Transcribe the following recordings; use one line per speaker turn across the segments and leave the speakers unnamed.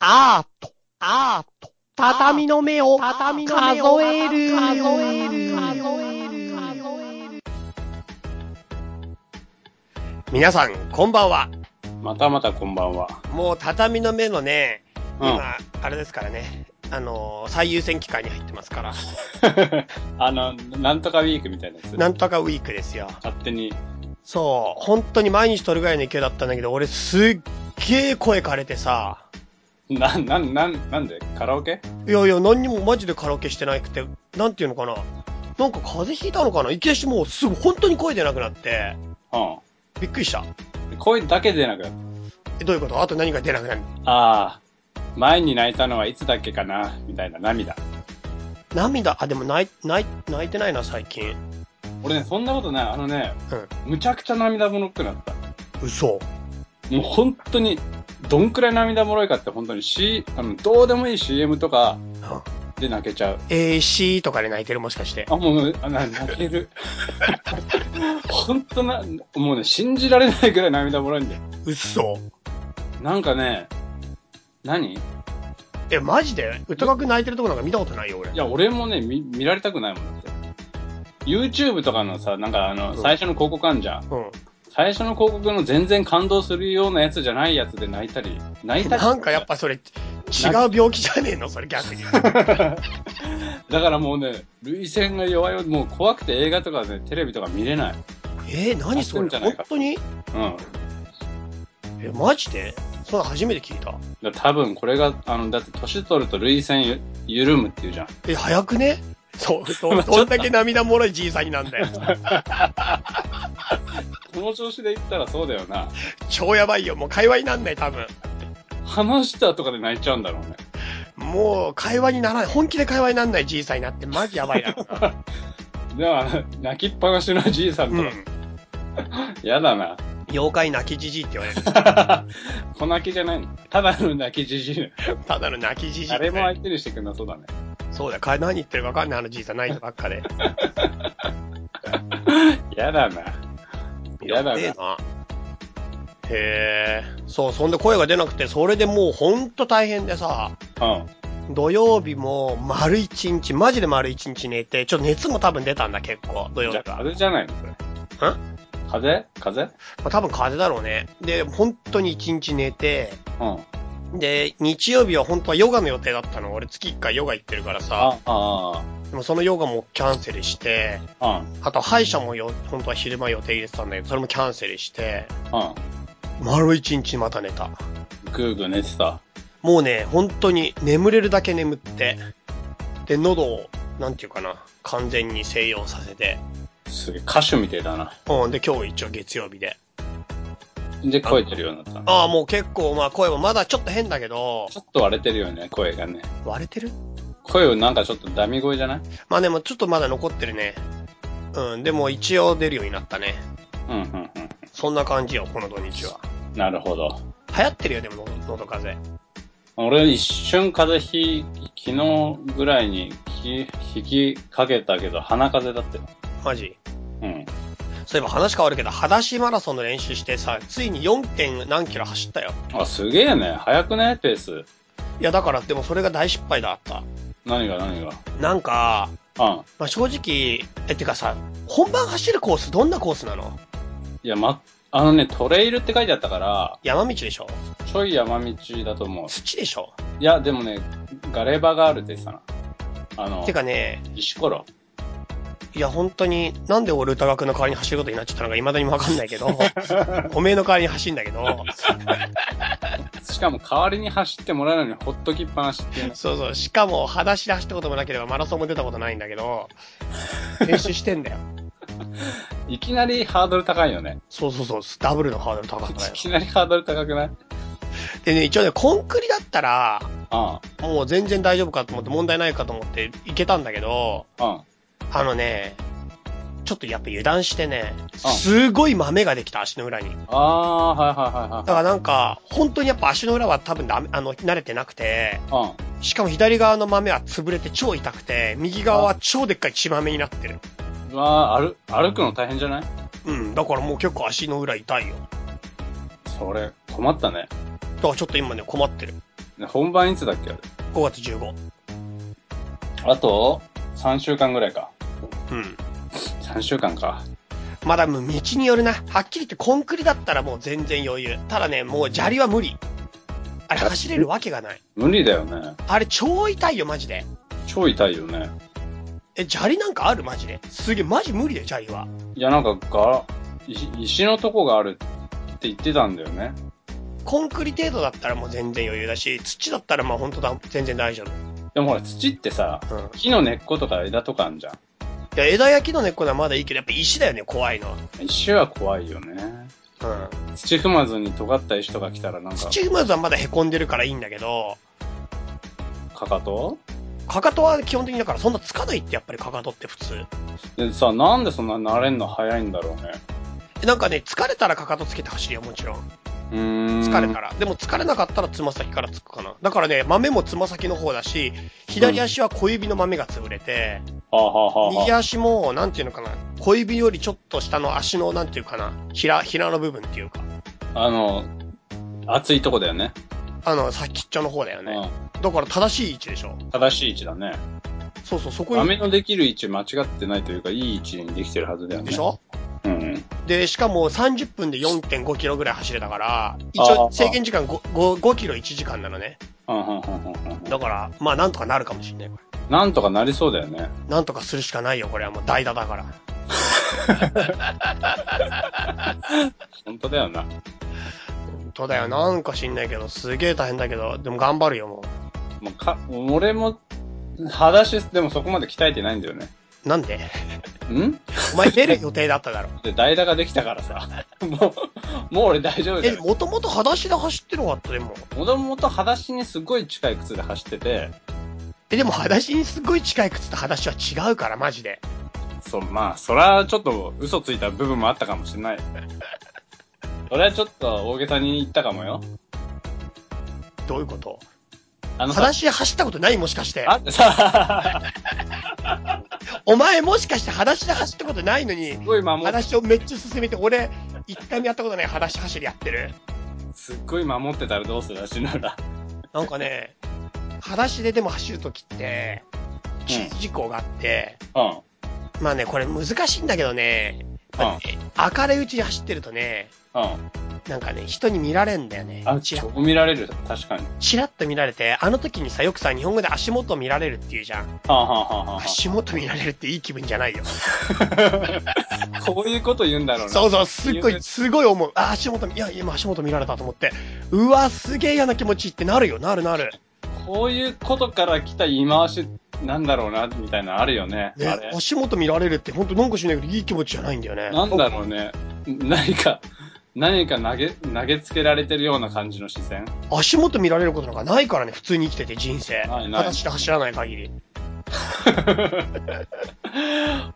アート、アート、畳の目を、畳の目を数える、
数
える、皆さん、こんばんは。
またまたこんばんは。
もう畳の目のね、
うん。
今、あれですからね、あのー、最優先期間に入ってますから、
あの、なんとかウィークみたいなやつ。
なんとかウィークですよ。
勝手に。
そう、本当に毎日撮るぐらいの勢いだったんだけど、俺すっげえ声枯れてさ、
な、な、な、なんでカラオケ
いやいや、何にもマジでカラオケしてなくて、なんていうのかな、なんか風邪ひいたのかないきなりもうすぐ本当に声出なくなって、
う
びっくりした。
ん。声だけ出なくなっ
えどういうことあと何が出なくなる
た。ああ、前に泣いたのはいつだっけかなみたいな涙。
涙、あ、でも泣い、泣い、泣いてないな、最近。
俺ね、そんなことない。あのね、
うん。
むちゃくちゃ涙もろくなった。
嘘。
もう本当に、どんくらい涙もろいかって本当に C、あの、どうでもいい CM とか
うん。
で泣けちゃう。
AC とかで泣いてるもしかして。
あ、もう、あな泣ける。本当な、もうね、信じられないくらい涙もろいんだよ。
嘘。
なんかね、何い
え、マジで歌川くん泣いてるとこなんか見たことないよ、俺。
や、俺もね、見、見られたくないもんだって。YouTube とかのさ、なんかあの、
うん
最初の広告あんじゃん。
うん。
最初の広告の全然感動するようなやつじゃないやつで泣いたり、泣いたり。
なんかやっぱそれ、違う病気じゃねえのそれ逆に。
だからもうね、涙腺が弱いよ。もう怖くて映画とかね、テレビとか見れない。
えー、何それ
やってんじゃな
本
いか
当に
うん。
え、マジでそんなの初めて聞いた。
だ多分これが、あの、だって年取ると涙腺ゆ緩むっていうじゃん。
え、早くね そう、そう、どんだけ涙もろいじいさんになんだよ。
この調子で言ったらそうだよな。
超やばいよ。もう会話になんない、多分。
話したとかで泣いちゃうんだろうね。
もう会話にならない。本気で会話になんないじいさんになって、マジやばいだ ろうな。
では、泣きっぱなしのじいさんと
う
か、
ん。
やだな。
妖怪泣きじじいって言わ れる。
小泣きじゃないの。ただの泣きじじいね。
ただの泣きじじい
あ
って
れ
ね、
も相手にしてくんなそうだね。
そうだよ、か何言ってるか分かんない、あのじいさん、泣いてばっか で。
やだな。やだな
べえな。へえ。そう、そんで声が出なくて、それでもうほんと大変でさ、
うん。
土曜日も丸一日、マジで丸一日寝て、ちょっと熱も多分出たんだ、結構、土曜
じゃ
日
あ、
が。ま
風邪じゃないのそれ。風邪
あ、多分風邪だろうね。で、本当に一日寝て、
風うん。
で、日曜日は本当はヨガの予定だったの。俺月1回ヨガ行ってるからさ、
あ、あ
でもそのヨガもキャンセルして、
あ、うん。
あと歯医者もよ、本当は昼間予定入れてたんだけど、それもキャンセルして、
う
丸一日また寝た。
ん。ぐーぐー寝てた。
もうね、本当に眠れるだけ眠って、で、喉を、なんていうかな、完全に静養させて、
すげえ、歌手みてえだな。
うん、で、今日一応月曜日で。
で、声出るようになったの。
ああ、もう結構、まあ声もまだちょっと変だけど、
ちょっと割れてるよね、声がね。
割れてる
声をなんかちょっとダミ声じゃない
まあでもちょっとまだ残ってるね。うん、でも一応出るようになったね。
うん、うん、うん。
そんな感じよ、この土日は。
なるほど。
流行ってるよ、でも、喉喉風邪。
俺一瞬風邪ひ、昨日ぐらいに引き、引きかけたけど、鼻風邪だって。
マジ。
うん。
そういえば話変わるけど、裸足マラソンの練習してさ、ついに 4. 点何キロ走ったよ。
あ、すげえね。早くねペース。
いや、だから、でもそれが大失敗だった。
何が何が。
なんか、
うん。
まあ、正直、え、てかさ、本番走るコース、どんなコースなの
いや、ま、あのね、トレイルって書いてあったから、
山道でしょ
ちょい山道だと思う。
土でしょ
いや、でもね、ガレバがあるって言ってたな。あの
て、かね、
石ころ。
いや、本当に、なんで俺歌学の代わりに走ることになっちゃったのか、未だにわかんないけど、おめえの代わりに走んだけど、
しかも代わりに走ってもらえないのにほっときっぱなしっていうね。
そうそう、しかも、裸足で走ったこともなければ、マラソンも出たことないんだけど、練習してんだよ。
いきなりハードル高いよね。
そうそうそう、ダブルのハードル高く
い
ない
きなりハードル高くない
でね、一応ね、コンクリだったら、
うん。
もう全然大丈夫かと思って、問題ないかと思って、行けたんだけど、
うん。
あのね、ちょっとやっぱ油断してね、
うん
すごい豆ができた、足の裏に。だ
ああー、はいはいはい
からなんか、本当にやっぱ足の裏は多分ダメ、あの、慣れてなくて、
はい。うん。
しかも左側の豆は潰れて超痛くて、右側は超でっかい血豆になってる。
うわあ、歩、歩くの大変じゃない
うん、だからもう結構足の裏痛いよ。
それ、困ったね。
だからちょっと今ね、困ってる。
本番いつだっけあれ
5月15。
あと、3週間ぐらいか。
うん。
3週間か。
まだもう道によるな。はっきり言ってコンクリだったらもう全然余裕。ただね、もう砂利は無理。あれ走れるわけがない。
無理だよね。
あれ超痛いよ、マジで。
超痛いよね。
え、砂利なんかあるマジで。すげえ、マジ無理だよ、砂利は。
いや、なんかが、石石のとこがあるって言ってたんだよね。
コンクリ程度だったらもう全然余裕だし、土だったらまあ本当だ、全然大丈夫。
でもほら、土ってさ、
うん。
木の根っことか枝とかあるじゃん。
いや、枝焼きの根っこならまだいいけど、やっぱ石だよね、怖いのは。
石は怖いよね。
うん。
土踏まずに尖った石とか来たらなんか、
土踏まずはまだ凹んでるからいいんだけど、
かかと
かかとは基本的にだからそんなつかないってやっぱりかかとって普通。
でさ、なんでそんな慣れんの早いんだろうね。
えなんかね、疲れたらかかとつけて走るよ、もちろん。
うーん。
疲れたら。でも疲れなかったらつま先からつくかな。だからね、豆もつま先の方だし、左足は小指の豆が潰れて、
はあ、はあはあは
右足も、なんていうのかな、小指よりちょっと下の足の、なんていうかな、ひら、ひらの部分っていうか、
あ、あの、熱いとこだよね。
あの、先っちょの方だよね。
う
だから正しい位置でしょ。
ん。正しい位置だね。
そうそう、そこに。
豆のできる位置間違ってないというか、いい位置にできてるはずだよね。
でしょ
うん。
で、しかも30分で4.5キロぐらい走れたから、一
あ
応
ー
制限時間 5, 5, 5キロ1時間なのね。
うんうんうんうんうん
だから、まあなんとかなるかもしれない。これ
なんとかなりそうだよね。
なんとかするしかないよ、これはもう代打だから。
本当だよな。
本当だよ、なんか知んないけど、すげえ大変だけど、でも頑張るよ、も
もうか俺も、裸足でもそこまで鍛えてないんだよね。
う。なんで
ん
お前出る予定だっただ ろ。
で、代打ができたからさ。もう、もう俺大丈夫だ
え、
よ。
もともと裸足で走ってるわった、でも。
もともと裸足にすごい近い靴で走ってて、
え、でも裸足にすごい近い靴と裸足は違うから、マジで。
そう、まあ、そらちょっと嘘ついた部分もあったかもしれない。 それはちょっと大げさに言ったかもよ。
どういうこと
あの
裸
さ、
足で走ったことないもしかして
あ。ってさ、
お前もしかして裸足で走ったことないのに
す、ごい守っ
裸足をめっちゃ進めて、俺、一回もやったことない裸足走りやってる。
すっごい守ってたらどうするらしいなら。
なんかね、裸足ででも走るときって、注意事項があって、
うん。
まあね、これ難しいんだけどね、明るいうちに走ってるとね、
うん。うん。
なんかね、人に見られんだよね。
あ、
チラ
超見られる、確かに。
チラッと見られて、あの時にさ、よくさ、日本語で足元を見られるっていうじゃん。
はあ、はあはあは
足元見られるっていい気分じゃないよ。
あ、こういうこと言うんだろうな。
そうそう、すっご
言う
い、すごい思う。あ、足元見、いや、今足元見られたと思って、うわ、すげえ嫌な気持ちってなるよ、なるなる。
こういうことから来た言い回しなんだろうな、みたいなのあるよね。あ
ね
れ、。
足元見られるって、ほんとなんかしないけど、いい気持ちじゃないんだよね。
なんだろうね。何か、何か投げ、投げつけられてるような感じの視線。
足元見られることなんかないからね、普通に生きてて、人生。
ないない
私で走らない限り。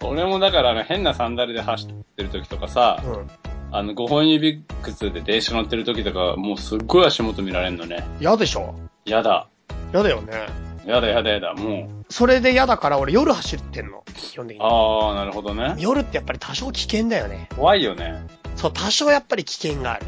俺もだからあの変なサンダルで走ってる時とかさ、
うん。
あの5本指靴で電車乗ってる時とか、もうすっごい足元見られんのね。
嫌でしょ
やだ。
嫌だよね。
やだやだやだ。も
それで嫌だから、俺夜走ってんの、基本的
う。
に。
あー、なるほどね。
夜ってやっぱり多少危険だよね。
怖いよね。
そう、多少やっぱり危険がある。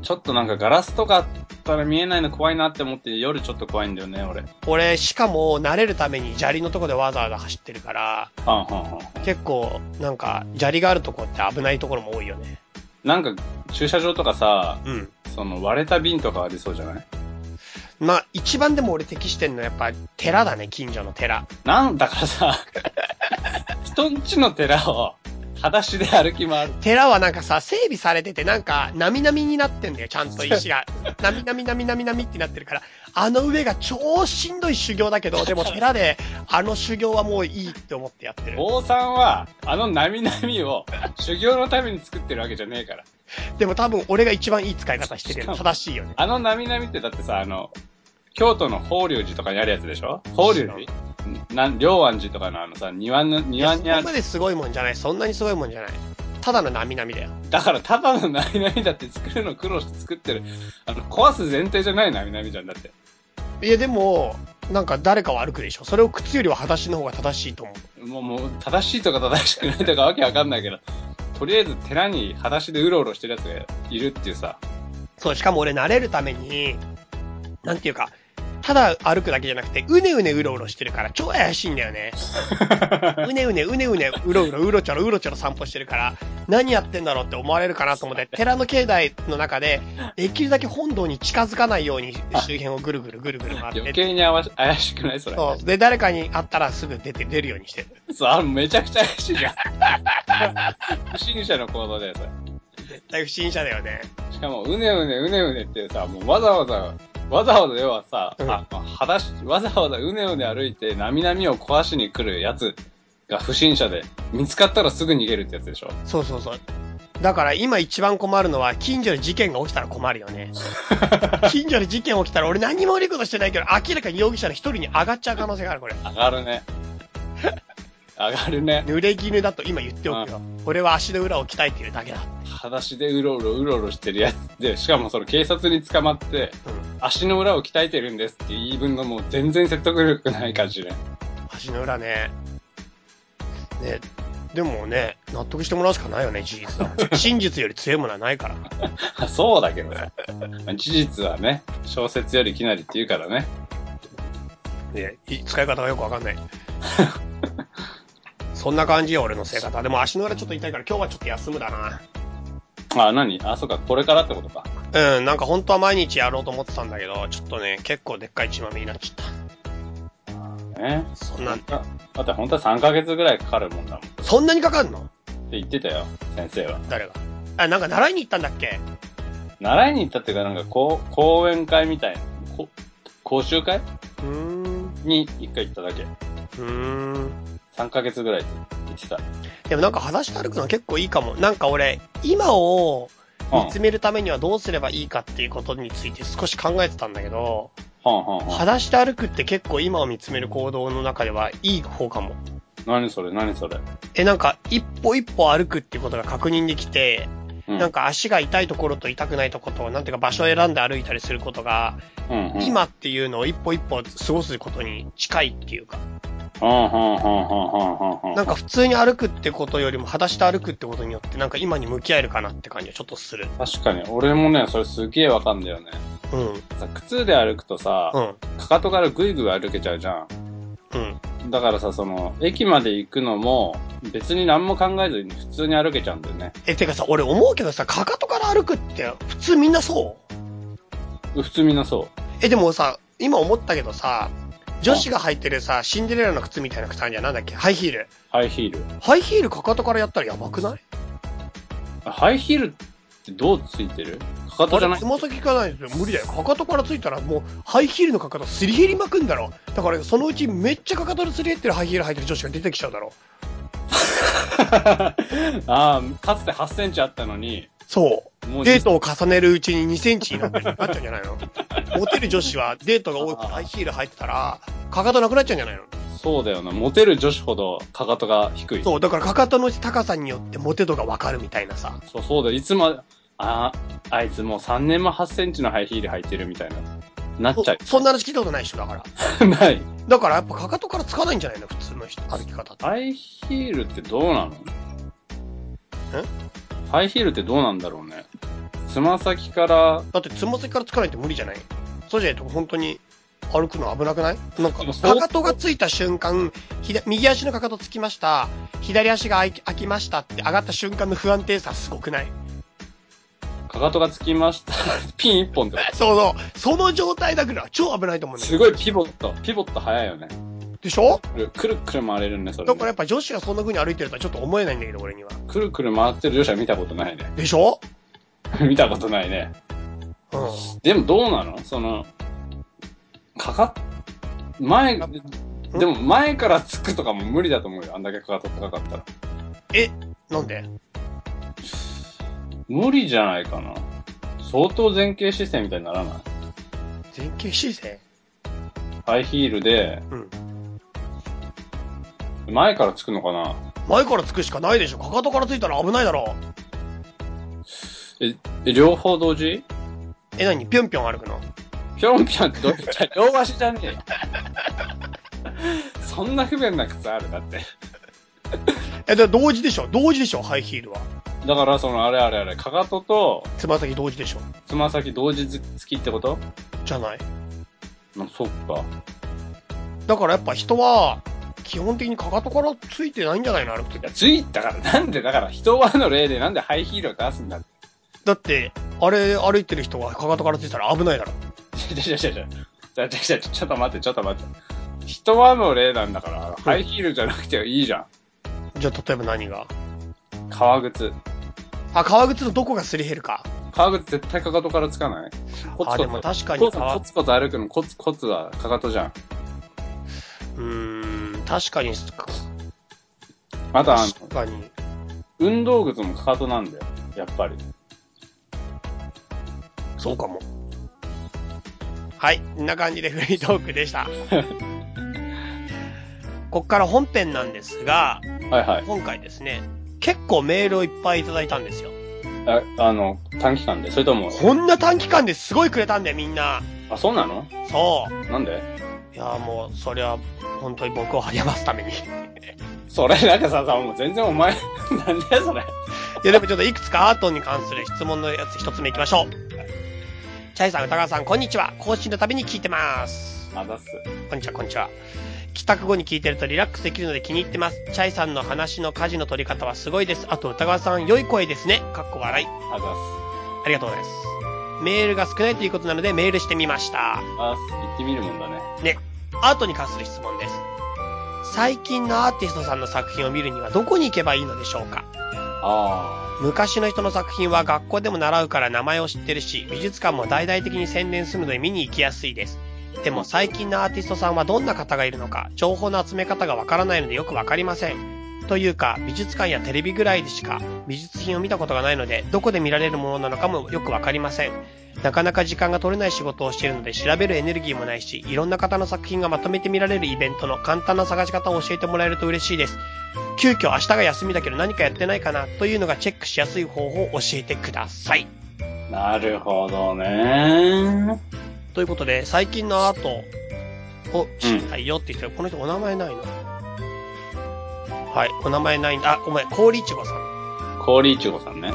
ちょっとなんかガラスとかあったら見えないの怖いなって思って夜ちょっと怖いんだよね、俺。は
俺、しかも、慣れるために砂利のとこでわざわざ走ってるから、
んはんはんはん。
結構、なんか、砂利があるとこって危ないところも多いよね。
なんか駐車場とかさ、
うん。
その割れた瓶とかありそうじゃない
まあ、一番でも俺適してんのはやっぱ、寺だね、近所の寺。
なんだからさ、 人んちの寺を裸足で歩き回る。
寺はなんかさ、整備されてて、なんか、なみなみになってんだよ、ちゃんと石 が。なみなみなみなみなみってなってるから、あの上が超しんどい修行だけど、でも寺で、あの修行はもういいって思ってやってる。
坊さんは、あのなみなみを 修行のために作ってるわけじゃねえから。
でも多分俺が一番いい使い方してるよね。正しいよね。
あのなみなみってだってさ、あの、京都の法隆寺とかにあるやつでしょ法隆寺なん、龍安寺とかのあのさ、庭の、
いや
庭
そ
に
こ
あ
ま
る。
ですごいもんじゃない。そんなにすごいもんじゃない。ただのなみなみだよ。
だからただのなみなみだって作るの苦労して作ってる。あの、壊す前提じゃないなみなみじゃんだって。
いや、でも、なんか誰かは歩くでしょ。それを靴よりは裸足の方が正しいと思う。
もう、もう、正しいとか正しくないとかわけわかんないけど、とりあえず寺に裸足でうろうろしてるやつがいるっていうさ。
そう、しかも俺慣れるために、なんていうか、ただ歩くだけじゃなくて、うねうねうろうろしてるから、超怪しいんだよね。うねうねうねうねうろうろうろちょろうろちょろ散歩してるから、何やってんだろうって思われるかなと思って、寺の境内の中で、できるだけ本堂に近づかないように周辺をぐるぐるぐるぐる回って
余計にあわし怪しくないそれ。
そう。で、誰かに会ったらすぐ出て、出るようにしてる。
そう、あめちゃくちゃ怪しいじゃん。不審者の行動だよ、それ。
絶対不審者だよね。
しかも、うねうねうねうねってさ、もうわざわざ、わざわざ要はさ、
うん
あ、まあ裸足わざわざうねうね歩いて、なみなみを壊しに来るやつが不審者で、見つかったらすぐ逃げるってやつでしょ。
そうそうそう。だから今一番困るのは、近所で事件が起きたら困るよね。近所で事件起きたら、俺何も悪いことしてないけど、明らかに容疑者の一人に上がっちゃう可能性がある、これ。
上がるね。上がるね。
濡れ衣だと今言っておくよ。俺は足の裏を鍛えてるだけだ。
裸足でうろうろうろうろしてるやつで、しかもその警察に捕まって、
うん。
足の裏を鍛えてるんですっていう言い分がもう全然説得力ない感じね。
足の裏ね。ね、でもね、納得してもらうしかないよね、事実は。真実より強いものはないから。
あ そうだけどね。まあ事実はね、小説よりきなりって言うからね。
ね、い使い方がよくわかんない。そんな感じよ、俺の生活は。でも足の裏ちょっと痛いから今日はちょっと休むだ
あ、何あ、そうか、これからってことか。
な。うん、なんか本当は毎日やろうと思ってたんだけど、ちょっとね、結構でっかい血まみれになっちゃっ
ね。
た。そんな、
だって本当は3ヶ月ぐらいかかるもんだもん。って
そんなにかかんの
言ってたよ、先生は。
誰が。あ、なんか習いに行ったんだっけ
習いに行ったっていうか、なんかこう、講演会みたいな、こ講習会
うーん、
に一回行っただけ。
うーん。
3ヶ月ぐらいって言ってた。
でもなんか裸足で歩くの結構いいかも。なんか俺、今を
うん。
見つめるためにはどうすればいいかっていうことについて少し考えてたんだけど、
はんはんはん。
裸足で歩くって結構今を見つめる行動の中ではいい方かも。
何それ何それ。
え、なんか、一歩一歩歩くっていうことが確認できて、
うん。
なんか足が痛いところと痛くないところと、なんていうか場所を選んで歩いたりすることが、
うんうん、
今っていうのを一歩一歩過ごすことに近いっていうか、
うんうんうんうんうんうん。
なんか普通に歩くってことよりも、裸足で歩くってことによって、なんか今に向き合えるかなって感じはちょっとする。
確かに、俺もね、それすげえわかんだよね。
うん、うん、
さ、靴で歩くとさ、かかとからぐいぐい歩けちゃうじゃ
うん。
ん。だからさ、その、駅まで行くのも、別に何も考えずに普通に歩けちゃうんだよね。
え、てかさ、俺思うけどさ、かかとから歩くって、普通みんなそう
普通みんなそ
え、でもさ、今思ったけどさ、女子が履いてるさ、シンデレラの靴みたいな靴あるじゃん、なんだっけハイヒール。
う。ハイヒール。
ハイヒールかかとからやったらやばくない
あハイヒールってどうついてるかかと
あ
じゃな
れ、
い
つま先かないですよ。無理だよ。かかとからついたら、もう、ハイヒールのかかとすり減りまくんだろ。だから、そのうちめっちゃかかとですり減ってるハイヒール履いてる女子が出てきちゃうだろ。
ああ、かつて8センチあったのに、
そ
も
う。
う
デートを重ねるうちに2センチになってるなっちゃうんじゃないのモテる女子はデートが多くてハイヒール履いてたら、かかとなくなっちゃうんじゃないの
そうだよな。モテる女子ほどかかとが低い。
そう。だから、かかとの高さによってモテ度がわかるみたいなさ。
そう、そうだよ。いつも、ああ、あいつもう3年も8センチのハイヒール履いてるみたいな。なっ
そ
ちゃう。
そんな話聞いたことない人だから。
ない。
だから、やっぱかかとからつかないんじゃないの普通の人歩き方って。
ハイヒールってどうなのハイヒールってどうなんだろうね。つま先から、
だってつま先からつかないって無理じゃないそうじゃないと本当に歩くの危なくないなんか、
でもそう
かかとがついた瞬間、左右足のかかとつきました、左足が開き開きましたって上がった瞬間の不安定さすごくない
かかとがつきました。 ピン一本ってこ
そうそう、その状態だから超危ないと思う
と。
んだ
すごいピボット。ピボット早いよね。
でしょ
くるくるくる回れるね、それ
だ
ね、
からやっぱ女子がそんな風に歩いてるとはちょっと思えないんだけど、俺には。
くるくる回ってる女子は見たことないね。
でしょ
見たことないね。
うん。
でもどうなのその、かかっ、前、でも前からつくとかも無理だと思うよ。あんだけかかと高かったら。
え、なんで
無理じゃないかな。相当前傾姿勢みたいにならない
前傾姿勢
ハイヒールで、
うん。
前からつくのかな
前からつくしかないでしょかかとからついたら危ないだろ
え両方同時
え、なにぴょんぴょん歩くの
ぴょんぴょんってどういうこと両足じゃねえよ。そんな不便な靴あるだって。
え、で同時でしょ同時でしょハイヒールは。
だから、その、あれあれあれ、かかとと
つま先同時でしょ
つま先同時つきってこと
じゃない
まあ、そっか。
だからやっぱ人は、基本的にかかとからついてないんじゃないの歩くとき
いや、ついたから、なんで、だから、人はの例で、なんでハイヒールを出すんだって。
だって、あれ歩いてる人がかかとからついたら危ないだろ。
ちょちょちょちょちょちょちょちょっと待って、ちょっと待って。人はの例なんだから、ハイヒールじゃなくていいじゃ
じゃあ例えば何が
ん。革靴。
あ、革靴のどこがすり減るか。
革靴絶対かかとからつかないコツコ
あ、
ツ。
でも確か
コ
に
ツコ
か、
ツコツ歩くのコツコツはかかとじゃん。
うーん、確かに、
あとあの、
確かに。
運動靴もかかとなんだよ。やっぱり。
そうかも。はい、こんな感じでフリートークで した。こっから本編なんですが、
はいはい。
今回ですね、結構メールをいっぱいいただいたんですよ。
ああの、短期間でそれとも、
こんな短期間ですごいくれたんだよ、みんな。
あ、そうなの
そう。
なんで
いや、もう、それは、本当に僕を励ますために。い
それ、なんかさ、さ、もう全然お前、 なんだよそれ。
や、でもちょっといくつかアートに関する質問のやつ一つ目いきましょう。チャイさん、歌川さん、こんにちは。更新のたびに聞いてます。
あざっす。
こんにちは、こんにちは。帰宅後に聞いてるとリラックスできるので気に入ってます。チャイさんの話の家事の取り方はすごいです。あと、歌川さん、良い声ですね。かっこ笑い。
あざっす。
ありがとうございます。メールが少ないということなのでメールしてみました。
あざっす。行ってみるもんだね。
アートに関する質問です。最近のアーティストさんの作品を見るにはどこに行けばいいのでしょうか
あ
昔の人の作品は学校でも習うから名前を知ってるし、美術館も大々的に宣伝するので見に行きやすいです。でも最近のアーティストさんはどんな方がいるのか、情報の集め方がわからないのでよくわかりません。というか、美術館やテレビぐらいでしか美術品を見たことがないので、どこで見られるものなのかもよくわかりません。なかなか時間が取れない仕事をしているので調べるエネルギーもないし、いろんな方の作品がまとめて見られるイベントの簡単な探し方を教えてもらえると嬉しいです。急遽明日が休みだけど何かやってないかなというのがチェックしやすい方法を教えてください。
あ。なるほどね。
ということで、最近のアートを知りたいよって人、この人お名前ないな。はい、お名前ないんだ。あ、ごめん、氷いちごさん。
氷いちごさんね。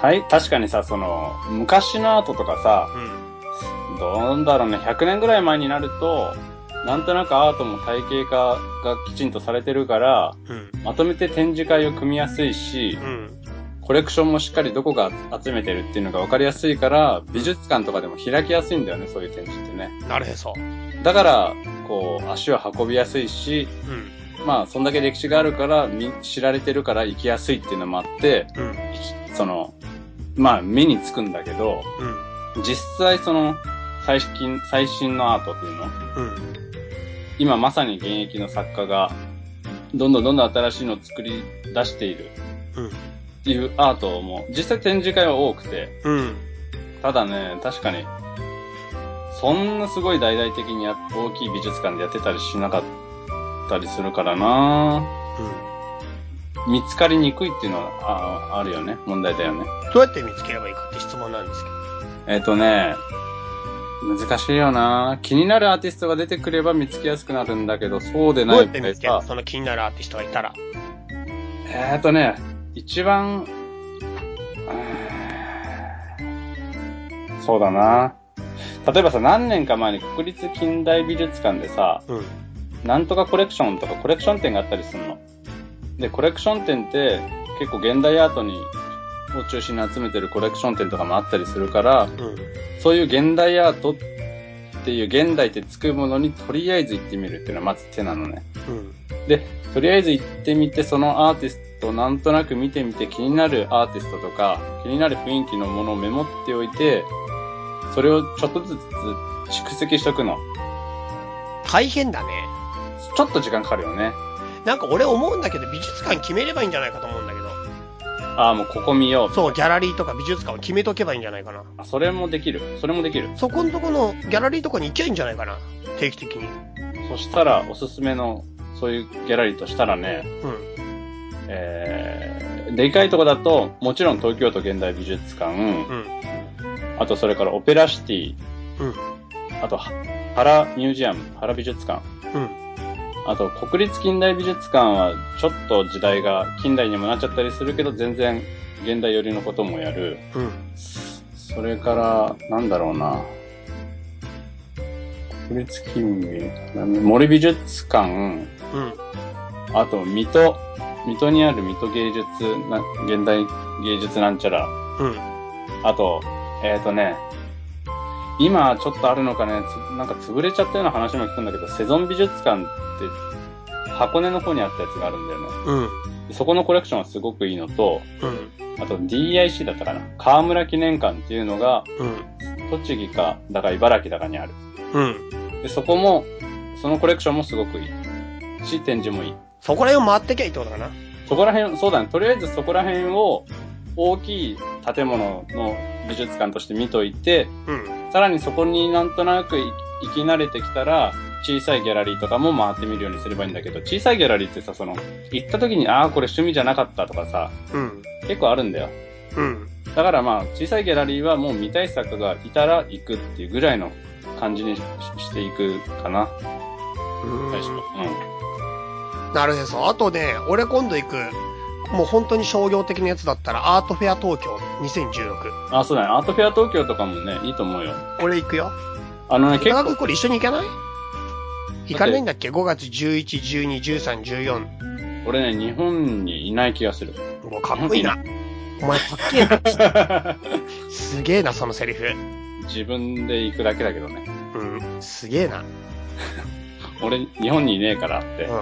はい。確かにさ、その、昔のアートとかさ、
うん。
どうだろうね、100年ぐらい前になると、なんとなくアートも体系化がきちんとされてるから、
うん。
まとめて展示会を組みやすいし
う、ん。
コレクションもしっかりどこが集めてるっていうのが分かりやすいから、美術館とかでも開きやすいんだよね、そういう展示ってね。
なるへそ。
だから、こう、足を運びやすいし、
うん。
まあ、そんだけ歴史があるから、み知られてるから行きやすいっていうのもあって、
うん。
その、まあ、目につくんだけど、
うん。
実際その、最近、最新のアートっていうの
うん。
今まさに現役の作家が、どんどんどんどん新しいのを作り出している
うん。
っていうアートも、実際展示会は多くて、
うん。
ただね、確かに、そんなすごい大々的にや大きい美術館でやってたりしなかったりするからな見つかりにくいっていうのはああるよね。問題だよね。
どうやって見つければいいかって質問なんですけど。
えっ、とね、難しいよな気になるアーティストが出てくれば見つけやすくなるんだけど、そうで
どう
な
や
い
って
場
見
合
つけるの
さ
その気になるアーティストがいたら。
えっ、とね、一番、うーんそうだな例えばさ、何年か前に国立近代美術館でさ、
うん。
なんとかコレクションとかコレクション展があったりするの。で、コレクション展って結構現代アートにを中心に集めてるコレクション展とかもあったりするから、
うん。
そういう現代アートっていう現代ってつくものにとりあえず行ってみるっていうのはまず手なのね。
うん。
で、とりあえず行ってみて、そのアーティストをなんとなく見てみて気になるアーティストとか、気になる雰囲気のものをメモっておいて、それをちょっとずつ蓄積しとくの。
大変だね。
ちょっと時間かかるよね。
なんか俺思うんだけど、美術館決めればいいんじゃないかと思うんだけど。
ああ、もうここ見よう。
そう、ギャラリーとか美術館を決めとけばいいんじゃないかな。
あそれもできる。それもできる。
そこんとこのギャラリーとかに行きゃいいんじゃないかな。定期的に。
そしたら、おすすめの、そういうギャラリーとしたらね、
うん。
えー、でかいとこだと、もちろん東京都現代美術館、
うん。
あとそれからオペラシティ、
うん。
あと、は原ミュージアム、原美術館、
うん。
あと国立近代美術館は、ちょっと時代が近代にもなっちゃったりするけど、全然現代寄りのこともやる。
うん。
それから、なんだろうな。国立近隣、森美術館、
うん。
あと、水戸、水戸にある水戸芸術、な現代芸術なんちゃら、
うん。
あと、えっ、ー、とね、今ちょっとあるのかね、つなんか潰れちゃったような話も聞くんだけど、セゾン美術館って、箱根の方にあったやつがあるんだよね。
うん。
そこのコレクションはすごくいいのと、
うん。
あと DIC だったかな。河村記念館っていうのが、
うん。
栃木か、だか茨城だかにある。
うん。
で、そこも、そのコレクションもすごくいい。し、展示もいい。
そこら辺を回ってけばいいってことかな。
そこら辺、そうだね。とりあえずそこら辺を大きい建物の美術館として見といて、
うん。
さらにそこになんとなく行行き慣れてきたら、小さいギャラリーとかも回ってみるようにすればいいんだけど、小さいギャラリーってさ、その、行った時に、ああ、これ趣味じゃなかったとかさ、
うん。
結構あるんだよ。
うん。
だからまあ、小さいギャラリーはもう見たい作がいたら行くっていうぐらいの感じにししていくかな、
うん
最初。うん。
なるへそ。あとね、俺今度行く、もう本当に商業的なやつだったら、アートフェア東京2016。
あ、そうだね。アートフェア東京とかもね、いいと思うよ。
俺行くよ。
あのね、結
高
構
く、これ一緒に行かない行かないんだっけ ?5 月11、12、13、14。
俺ね、日本にいない気がする。
もうかっこいいな。お前かっけえな。すげえな、そのセリフ。
自分で行くだけだけどね。
うん。すげえな。
俺、日本にいねえからって。
うん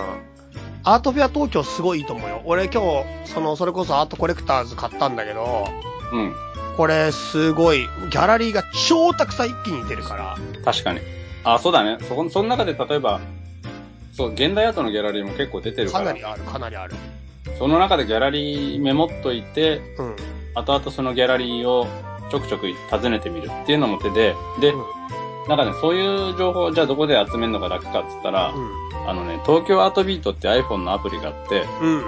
アートフェア東京すごいいいと思うよ。俺今日、その、それこそアートコレクターズ買ったんだけど、
うん。
これすごい、ギャラリーが超たくさん一気に出るから。
確かに。あ、そうだね。そこ、その中で例えば、そう、現代アートのギャラリーも結構出てるか、
からなりある、かなりある。
その中でギャラリーメモっといて、
うん。
後々そのギャラリーをちょくちょく訪ねてみるっていうのも手で、で、
うん
なんかね、そういう情報をじゃあどこで集めるのが楽かっつったら、
う
あのね、東京アートビートって iPhone のアプリがあって、
ん。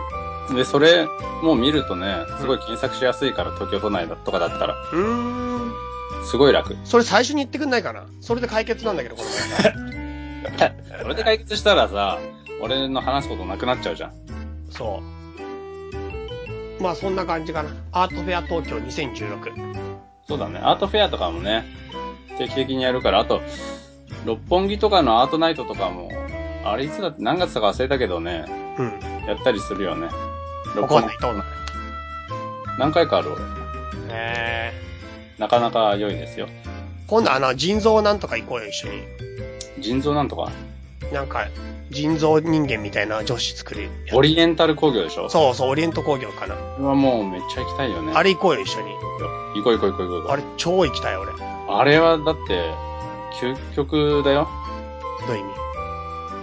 うん。
で、それも見るとね、すごい検索しやすいから、東京都内だとかだったら、
うーん。
すごい楽。
それ最初に言ってくんないかなそれで解決なんだけど、この問題。
それで解決したらさ、俺の話すことなくなっちゃうじゃん。
そう。まあそんな感じかな。アートフェア東京2016。
そうだね。アートフェアとかもね、定期的にやるから、あと、六本木とかのアートナイトとかも、あれいつだって何月だか忘れたけどね、
うん。
やったりするよね。
わ
六
かん
本
な
木
い、どうなる。
何回かある俺。
え
なかなか良いですよ。
ー。今度あの、腎臓なんとか行こうよ、一緒に。
腎臓なんとか、
なんか、人造人間みたいな女子作る。
オリエンタル工業でしょ
そうそう、オリエント工業かな。
これはもうめっちゃ行きたいよね。
あれ行こうよ、一緒に。
行こう行こう行こう行こう行こう。
あれ、超行きたい、俺。ど
あれはだって、究極だよ。
ういう意味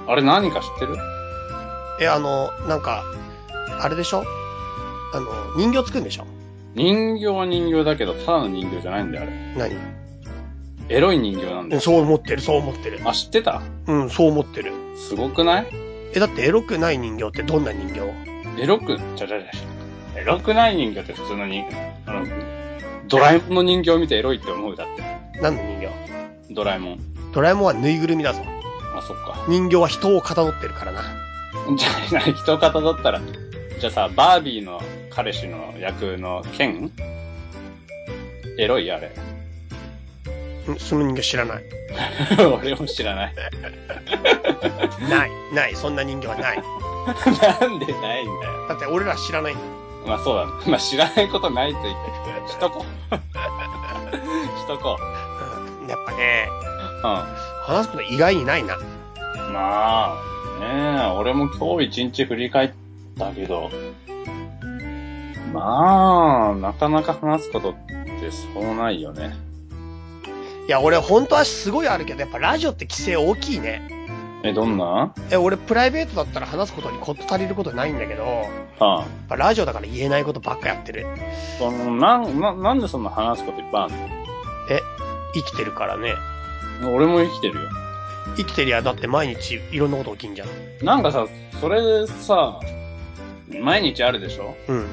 あれ何か知ってる
え、あの、なんか、あれでしょあの、人形作るんでしょ
人形は人形だけど、ただの人形じゃないんだよ、あれ。
何
エロい人形なんだ
うん
よ。
そう思ってる、そう思ってる。
あ、知ってた
うん、そう思ってる。
すごくない
え、だってエロくない人形ってどんな人形
エロく、ちゃちゃちゃちゃ。エロくない人形って普通の人あの、ドラえもんの人形を見てエロいって思うだって。
何の人形
ドラえもん。
ドラえもんはぬいぐるみだぞ。
あ、そっか。
人形は人をかたどってるからな。
じゃあ、人型だったら、じゃあさ、バービーの彼氏の役のケンエロいあれ。
うんその人形知らない。
俺も知らない。
ない、ない、そんな人形はない。
なんでないんだよ。
だって俺ら知らないんだ
まあそうだ、ね。まあ知らないことないと言って、しとこう。 しとこう。
うんやっぱね、
うん。ま
話すこと意外にないな。
あ、ねえ、俺も今日一日振り返ったけど、まあ、なかなか話すことってそうないよね。
いや、俺本当はすごいあるけど、やっぱラジオって規制大きいね。
え、どんな
え、俺プライベートだったら話すことにこと足りることないんだけど、や
ああ
っぱラジオだから言えないことばっかやってる。
そのなん、な、なんでそんな話すこといっぱいある
生きてるからね。
の俺も生きてるよ。
生きてりゃだって毎日いろんなこと起きんじゃん。
なんかさ、それさ、毎日あるでしょ
うん。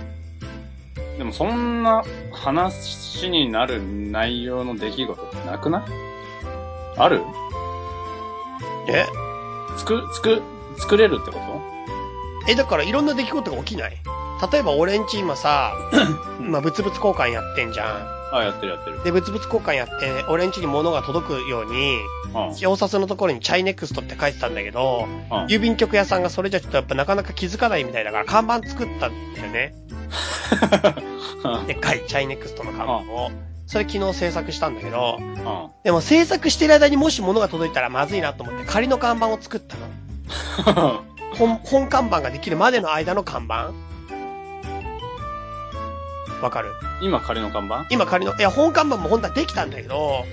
でもそんな話になる内容の出来事ってなくないある
え
つく、つく、作れるってこと
え、だからいろんな 出来事が起きない例えば俺んち今さ、まあ、物々交換やってんじゃん。
あ、やってるやってる。
で、物々交換やって、俺ん家に物が届くように、
うん。
表札のところにチャイネクストって書いてたんだけど、
うん。
郵便局屋さんがそれじゃちょっとやっぱなかなか気づかないみたいだから、看板作ったんだよね。でっかいチャイネクストの看板を。それ昨日制作したんだけど、
うん。
でも制作してる間にもし物が届いたらまずいなと思って仮の看板を作ったの。本、本看板ができるまでの間の看板わかる
今、仮の看板
今仮の、いや本看板も本当はできたんだけど、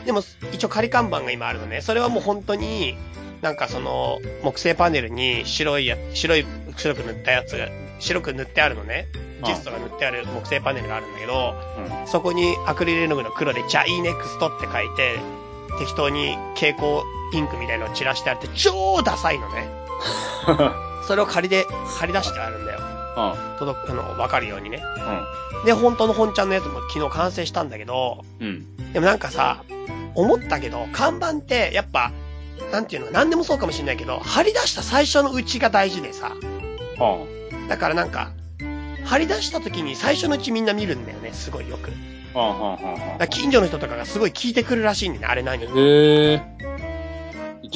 うん。
でも一応仮看板が今あるのね。それはもう本当に、なんかその木製パネルに白いや、白い、白く塗ったやつ、白く塗ってあるのね。ジェストが塗ってある木製パネルがあるんだけど、そこにアクリル絵の具の黒で、チャイネクストって書いて、適当に蛍光インクみたいのを散らしてあって、超ダサいのね。それを仮で、張り出してあるんだよ。
うん。
届く、あの、わかるようにね。で、本当の本ちゃんのやつも昨日完成したんだけど、
うん。うん。
でもなんかさ、思ったけど、看板ってやっぱ、なんていうの、何でもそうかもしれないけど、張り出した最初のうちが大事でさ、
うん。
だからなんか、張り出した時に最初のうちみんな見るんだよね、すごいよく。
うん。うん。うん。
だから近所の人とかがすごい聞いてくるらしいんだよね、あれ何
へえ。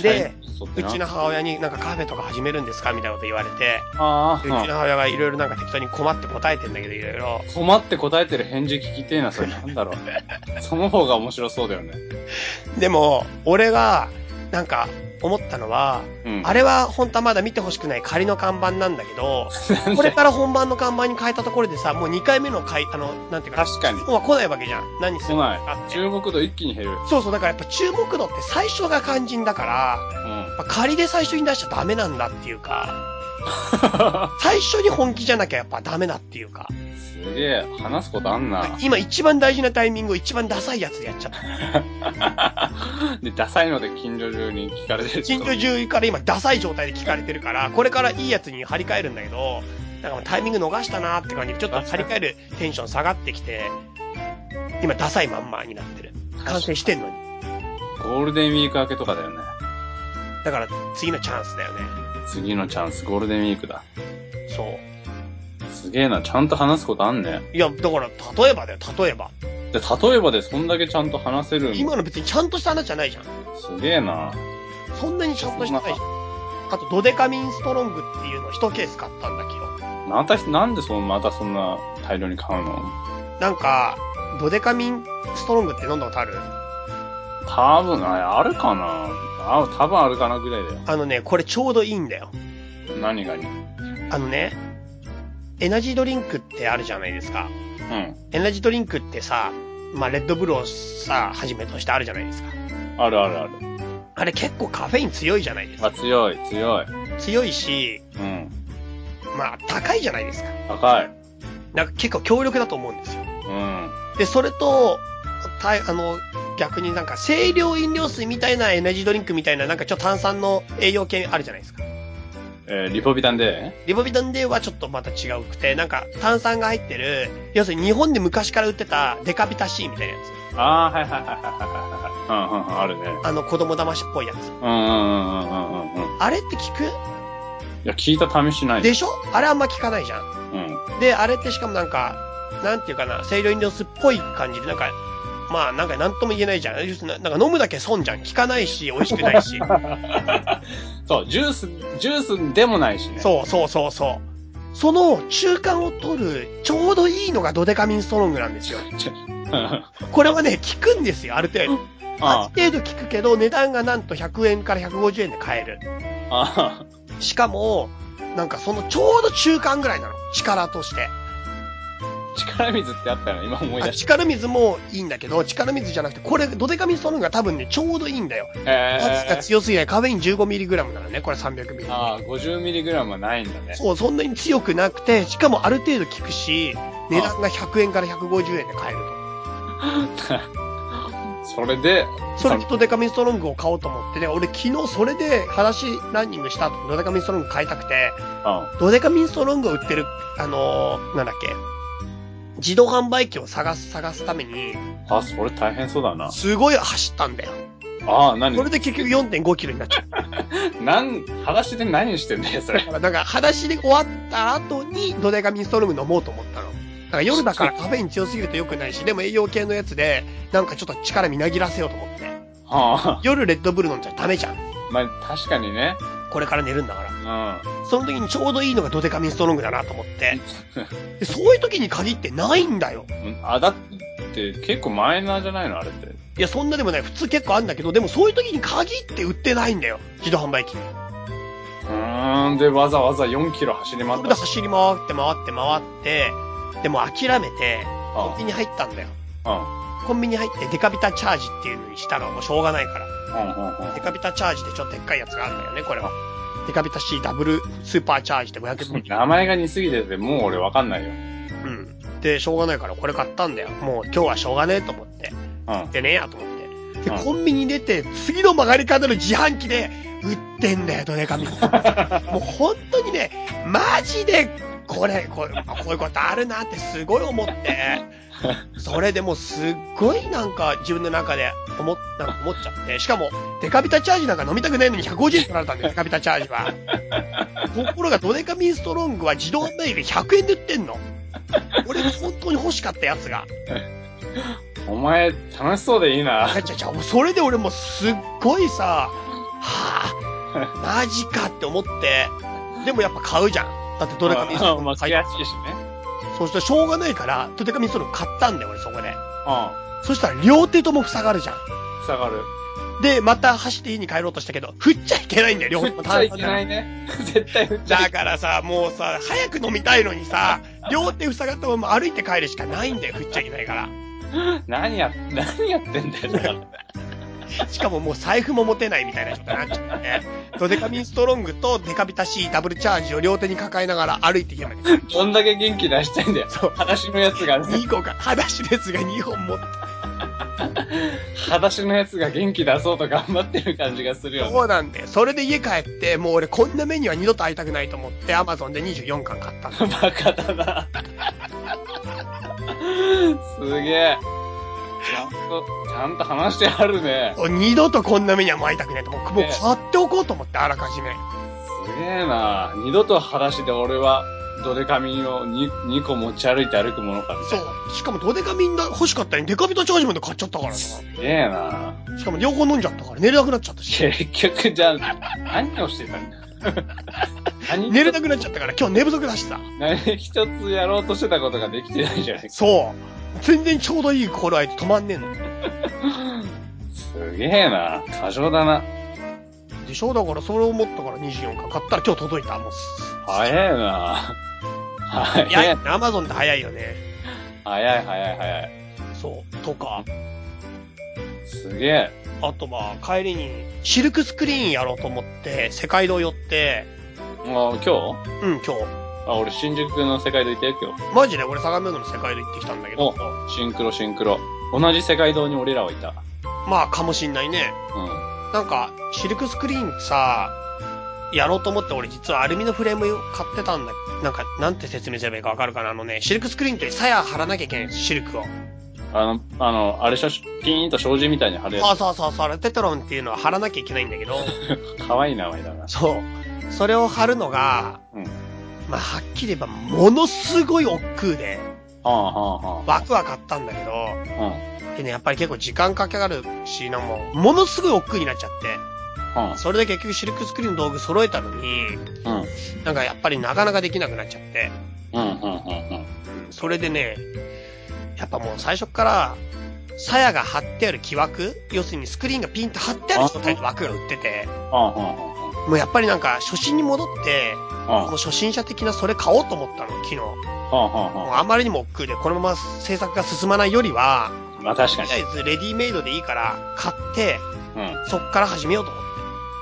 で、う
う
ちの母親になんかカフェとか始めるんですかみたいなこと言われて、
あ
うちの
あ、
母親がいろいろなんか適当に困って答えてんだけど、いろいろ。
困って答えてる返事聞きてえな、それなんだろう。その方が面白そうだよね。
でも、俺がなんか思ったのは、
うん。
あれは本当はまだ見てほしくない仮の看板なんだけど、これから本番の看板に変えたところでさ、もう2回目の回、あの、なんていうか、
確かに
質問は来ないわけじゃん。何するんですかって。
中国度一気に減る。
そうそう、だからやっぱ注目度って最初が肝心だから、
うん。
やっぱ仮で最初に出しちゃダメなんだっていうか、最初に本気じゃなきゃやっぱダメだっていうか、
すげえ、話すことあんな。
今一番大事なタイミングを一番ダサいやつでやっちゃった。
で、ダサいので近所中に聞かれてる。
近所中から今ダサい状態で聞かれてるから、これからいいやつに張り替えるんだけど、なんかもうタイミング逃したなーって感じで、ちょっと張り替えるテンション下がってきて、今ダサいまんまになってる。完成してんのに。
ゴールデンウィーク明けとかだよね。
だから次のチャンスだよね。
次のチャンス、ゴールデンウィークだ。
そう。
すげえな、ちゃんと話すことあんね。
いや、だから例えばだよ、例えば。
で、例えばでそんだけちゃんと話せるん
今の別にちゃんとした話じゃないじゃん。
すげえな。
そんなにちゃんとしてないじゃん。あと、ドデカミンストロングっていうの一ケース買ったんだけど。
また、なんでその、またそんな大量に買うの
なんか、ドデカミンストロングって飲んだことある
多分、ああるかなあ、多分あるかなぐらいだよ。
あのね、これちょうどいいんだよ。
何がに。
あのね、エナジードリンクってあるじゃないですか。
うん。
エナジードリンクってさ、まあ、レッドブルをさ、はじめとしてあるじゃないですか。
あるあるある。
あれ結構カフェイン強いじゃないです
あ、
か。
強い、強い。
強いし、
うん。
まあ、高いじゃないですか。
高い。
なんか結構強力だと思うんですよ。
うん。
で、それと、たあの、逆になんか清涼飲料水みたいなエナジードリンクみたいななんかちょっと炭酸の栄養系あるじゃないですか。
えーリポビタンで
リボビタンデーはちょっとまた違うくて、なんか炭酸が入ってる、要するに日本で昔から売ってたデカビタ C みたいなやつ。
ああ、はいはいはいはいはいはい。うんうんうん、あるね。
あの子供騙しっぽいやつ。
うんうんうんうんうんうん。
あれって聞く
いや、聞いた試しない。
でしょあれあんま聞かないじゃん。
うん。
で、あれってしかもなんか、なんていうかな、清涼飲料水っぽい感じで、なんか、まあなんかなんとも言えないじゃん。要するになんか飲むだけ損じゃん。効かないし、美味しくないし。
そう、ジュース、ジュースでもないしね。
そうそうそうそう。その中間を取るちょうどいいのがドデカミンストロングなんですよ。
うん。 あ
これはね、効くんですよ、ある程度。あ
あ、
る程度効くけど、値段がなんと100円から150円で買える。
あ
しかも、なんかそのちょうど中間ぐらいなの。力として。
あ、力水ってあったよ、今思い
あ
出し
力水もいいんだけど、力水じゃなくて、これ、ドデカミンストロングが多分ね、ちょうどいいんだよ。
た。え
圧が
ー、
強すぎない。カフェイン 15mg なのね、これ 300mg。
ああ、50mg はないん だね。
そう、そんなに強くなくて、しかもある程度効くし、値段が100円から150円で買えると。
それで、
それとデカミンストロングを買おうと思って、ね、俺昨日それで話ランニングした後、ドデカミンストロング買いたくて、
う
ドデカミンストロングを売ってる、あのーなんだっけ、自動販売機を探す、探すために、
ん。あ、それ大変そうだな。
すごい走ったんだよ。
ああ、何
それで結局4.5キロになっちゃった。
なん、裸足で何してんだよ、そ
だ
れ。
から、なんか、裸足で終わった後にドデカミンストロング飲もうと思ったの。なんか夜だからカフェイン強すぎると良くないし、でも栄養系のやつで、なんかちょっと力みなぎらせようと思って。
ああ。
夜レッドブル飲んじゃダメじゃん。
まあ、確かにね。
これから寝るんだから。
うん。
その時にちょうどいいのがドデカミンストロングだなと思って。でそういう時に限ってないんだよ。
あ、だって、結構マイナーじゃないのあれって。
いや、そんなでもない。普通結構あんだけど、でもそういう時に限って売ってないんだよ。自動販売機。
うーん。で、わざわざ4キロ走り回
それ
っ
で
たし。
走り回って回って回って、でも諦めて、コンビ
う
ニ入ったんだよ。
ん。うん。
コンビニ入ってデカビタチャージっていうのにしたらもうしょうがないから。
うん。うん。 うん
デカビタチャージでちょっとでっかいやつがあるんだよね、これは。デカビタ C ダブルスーパーチャージで500ミリ。
名前が似すぎてて、もう俺わかんないよ。
うん。で、しょうがないからこれ買ったんだよ。もう今日はしょうがねえと思って。
うん。
でねえやと思って。で、
うん
コンビニ出て、次の曲がり方の自販機で、売ってんだよ、ドデカ ミン。もう本当にね、マジで、これ、こうこういうことあるなってすごい思って、それでもうすっごいなんか自分の中で思っなんか思っちゃって、しかも、デカビタチャージなんか飲みたくないのに150円取られたんだよ、デカビタチャージは。ところがドデカミンストロングは自動販売機で100円で売ってんの。俺が本当に欲しかったやつが。
お前、楽しそうでいいな。
いやちゃちゃ、もうそれで俺もうすっごいさ、はぁ、マジかって思って、でもやっぱ買うじゃん。だってドデカミンストロン
まあ、
グ
悔し
買
い
い、
しね。
そうしたらしょうがないから、ドデカミンストロング買ったんだよ、俺そこで。
う
そしたら両手とも塞がるじゃん。
ん。下がる。
で、また走って家に帰ろうとしたけど、振っちゃいけないんだよ、両 手
振っ
とも
ちゃいけないね。 絶対振っちゃい
だからさ、もうさ、早く飲みたいのにさ、両手塞がったまま歩いて帰るしかないんだよ、振っちゃいけないから。
何や、何やってんだよ、だから。
しかももう財布も持てないみたいな状態になっちゃって、ドデカミンストロングとデカビタ C ダブルチャージを両手に抱えながら歩いていけばいい。
どんだけ元気出したいんだよ。
そう。
裸足のやつがね、
2個が、裸足ですが2本持って。
裸足のやつが元気出そうと頑張ってる感じがするよね。
そうなんで、それで家帰って、もう俺こんな目には二度と会いたくないと思って、アマゾンで24巻買った んだ。
バカだ な。すげえ。ちゃんと、ちゃんと話してあるね。
二度とこんな目にはもう会いたくないと、もう、もう
ね
買っておこうと思って、あらかじめ。
すげえな。二度と裸足で俺は、ドデカミンを 2, 2個持ち歩いて歩くものかみ
そ
たいな。
う。しかもドデカミンだ欲しかったのに、デカビタチャージまで買っちゃったからな。し
すげえな。
かも両方飲んじゃったから、寝れなくなっちゃったし。
結局、じゃあ、何をしてたんだ 何
寝れなくなっちゃったから、今日寝不足だしさ。
何一つやろうとしてたことができてないじゃないか。
そう。全然ちょうどいい頃合いで止まんねえの。
すげえな。過剰だな。
でしょだからそれを思ったから24巻買ったら今日届いた。もうす。
早えな。早
いや
い。、
アマゾンって早いよね。
早い早い早い。
そう。とか、
すげえ。
あとまあ、帰りに、シルクスクリーンやろうと思って、世界堂寄って、
もう今日
うん、今日。
あ、俺新宿の世界堂行ったよ、今日。
マジで俺相模野の世界堂行ってきたんだけど、
シンクロシンクロ。同じ世界堂に俺らはいた。
まあ、かもしんないね。
うん。
なんか、シルクスクリーンさ、やろうと思って俺実はアルミのフレーム買ってたんだ。なんか、なんて説明すればいいかわかるかなあのね、シルクスクリーンって鞘張らなきゃいけないんですシルクを。
あの、あの、あれしょ、ピーンと障子みたいに貼る
そ
や
うそうそう、それテトロンっていうのは貼らなきゃいけないんだけ ど、
つ。かわいい名前だな。
そう。それを貼るのが、
うん
まあ、はっきり言えば、ものすごい億劫で、
はあは
ワクワクあったんだけど、
あはあ。うん。
でね、やっぱり結構時間かけがるし、なんも、ものすごい億劫になっちゃって、
は
それで結局シルクスクリーンの道具揃えたのに、
あ。うん。
なんかやっぱりなかなかできなくなっちゃって、
うん、うん、うん、うん。
うんそれでね、やっぱもう最初っから、鞘が張ってある木枠要するにスクリーンがピンと張ってある状態の枠が売ってて、
はあ、はあ、
もうやっぱりなんか初心に戻って、
はあ。
もう初心者的なそれ買おうと思ったの、昨日。も
はあ、はあ、
う
は
あまりにも億劫で、このまま制作が進まないよりは、
あ。まあ確か
と
に
り。あえずレディメイドでいいから買って、
うん。うん、うん、うん、
そっから始めようと思っ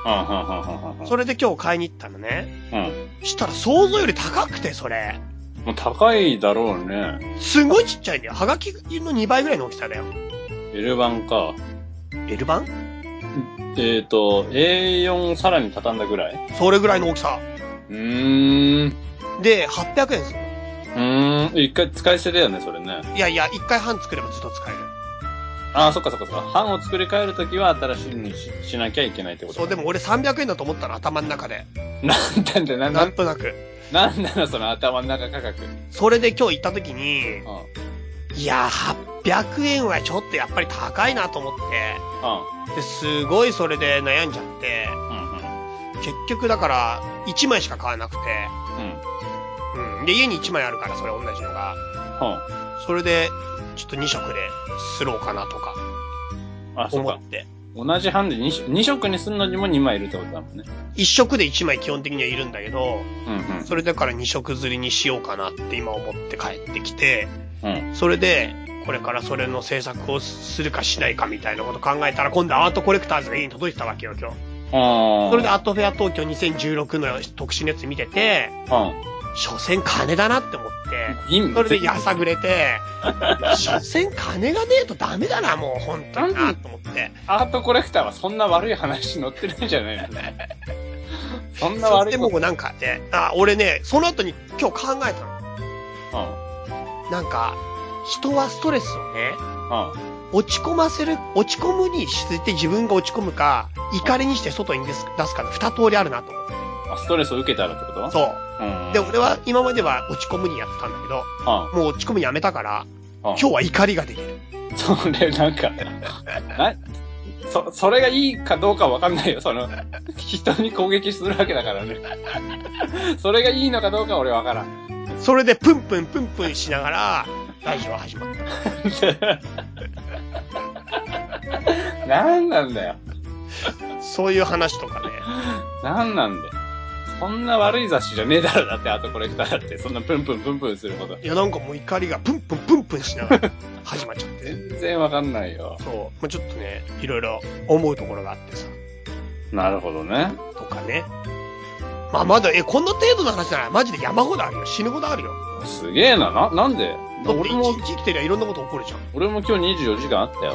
うん、うん
て。それで今日買いに行ったのね。
うん。
したら想像より高くて、それ。
もう高いだろうね。
すごいちっちゃいんだよ。はがきの2倍ぐらいの大きさだよ。
L 版か。
L 版
えっ、と、A4 さらに畳んだぐらい
それぐらいの大きさ。
うーん。う
で、800円ですよ。
ーん。一回使い捨てだよね、それね。
いやいや、1回半作ればずっと使える。
ああ、そっかそっかそっか。版を作り変えるときは新しいにししなきゃいけないってこと
そう、でも俺300円だと思ったの、頭の中で。
なんだんで、なん
な
だ
んとなく。
なんなのその頭の中価格。うん。
それで今日行った時に、いやー、800円はちょっとやっぱり高いなと思って、で、すごいそれで悩んじゃって、
うん。うん。うん。
結局だから、1枚しか買わなくて、
うん。
うん。で、家に1枚あるから、それ同じのが。
ほう
それで、ちょっと2色でスローかなとか、
あ、そう
思
か
っ。て。
同じ班で 2, 2色にするのにも2枚いるってことだもんね。
1色で1枚基本的にはいるんだけど、
うん
それだから2色釣りにしようかなって今思って帰ってきて、
うん。うん。
それで、これからそれの制作をするかしないかみたいなこと考えたら、今度アートコレクターズが家に届いてたわけよ、今日。
ああ。
それでアートフェア東京2016の特殊熱見てて、所詮金だなって思って、
うん。いい
それでやさぐれて、所詮金がねえとダメだな、もう本当になと思って。
アートコレクターはそんな悪い話載ってないんじゃない のそんな
そし
悪
て
い
も
こと。
うなんかね、あ、俺ね、その後に今日考えたの。
うん。
なんか、人はストレスをね、
うん。
落ち込ませる、落ち込むにして自分が落ち込むか、怒りにして外に出す出すかの二通りあるなと思って。
あ、ストレスを受けたらってこと。
そう
うん。
う。で、俺は今までは落ち込むにやってたんだけど、
うん。
もう落ち込むやめたから、
うん。
今日は怒りが出てる。
それ、なんか、 な、そ、それがいいかどうかわかんないよ。その、人に攻撃するわけだからね。それがいいのかどうかは俺わからん。
それでプンプンプンプンしながら、ラジオ始まった。
なんなんだよ。
そういう話とかね。
なんなんだよ。そんな悪い雑誌じゃねえだろ、だって、アートコレクターだって。そんなプンプンプンプンすること。
いや、なんかもう怒りがプンプンプンプンしなが ら始まっちゃって。
全然わかんないよ。
そう。まあ、ちょっとね、いろいろ思うところがあってさ、
なるほどね。
とかね。まあ、まだ、え、こんな程度の話ならマジで山ほどあるよ。死ぬほどあるよ。
すげえな、な、なんで
だって
俺
一
も、
日生きてりゃいろんなこと起こるじゃん。
俺も今日24時間あったよ。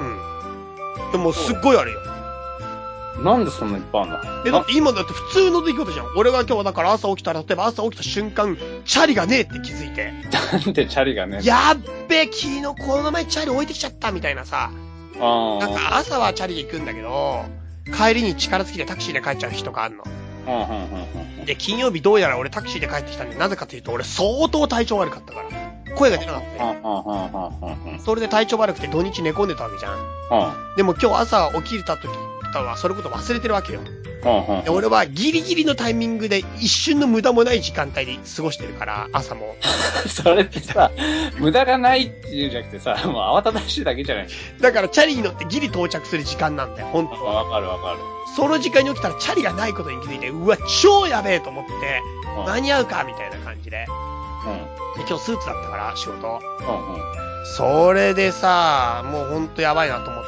うん。でもすっごいあるよ。
なんでそんないっぱいあんだ
え、だって今だって普通の出来事じゃん。俺が今日はだから朝起きたら、例えば朝起きた瞬間、チャリがねえって気づいて、
なんでチャリがね。
やっべ、昨日この前チャリ置いてきちゃったみたいなさ、
あ
なん
あ。
か朝はチャリで行くんだけど、帰りに力尽きてタクシーで帰っちゃう日とかあんの。
うんうんうんうん。
で、金曜日どうやら俺タクシーで帰ってきたんで、なぜかというと俺相当体調悪かったから。声が出なかっ
うん
た
う
よ。
んうんうんうんうん
それで体調悪くて土日寝込んでたわけじゃん。でも今日朝起きた時はそれこそ忘れてるわけよ。
うんうん
で俺はギリギリのタイミングで一瞬の無駄もない時間帯で過ごしてるから、朝も。
それってさ、無駄がないっていうんじゃなくてさ、もう慌ただしいだけじゃない。
だからチャリに乗ってギリ到着する時間なんだよ、本当は。
わかるわかる。
その時間に起きたらチャリがないことに気づいて、うわ、超やべえと思って、
うん
間に合うかみたいな感じで。
うん
で今日スーツだったから、仕事。
うんうん
それでさ、もうほんとやばいなと思っ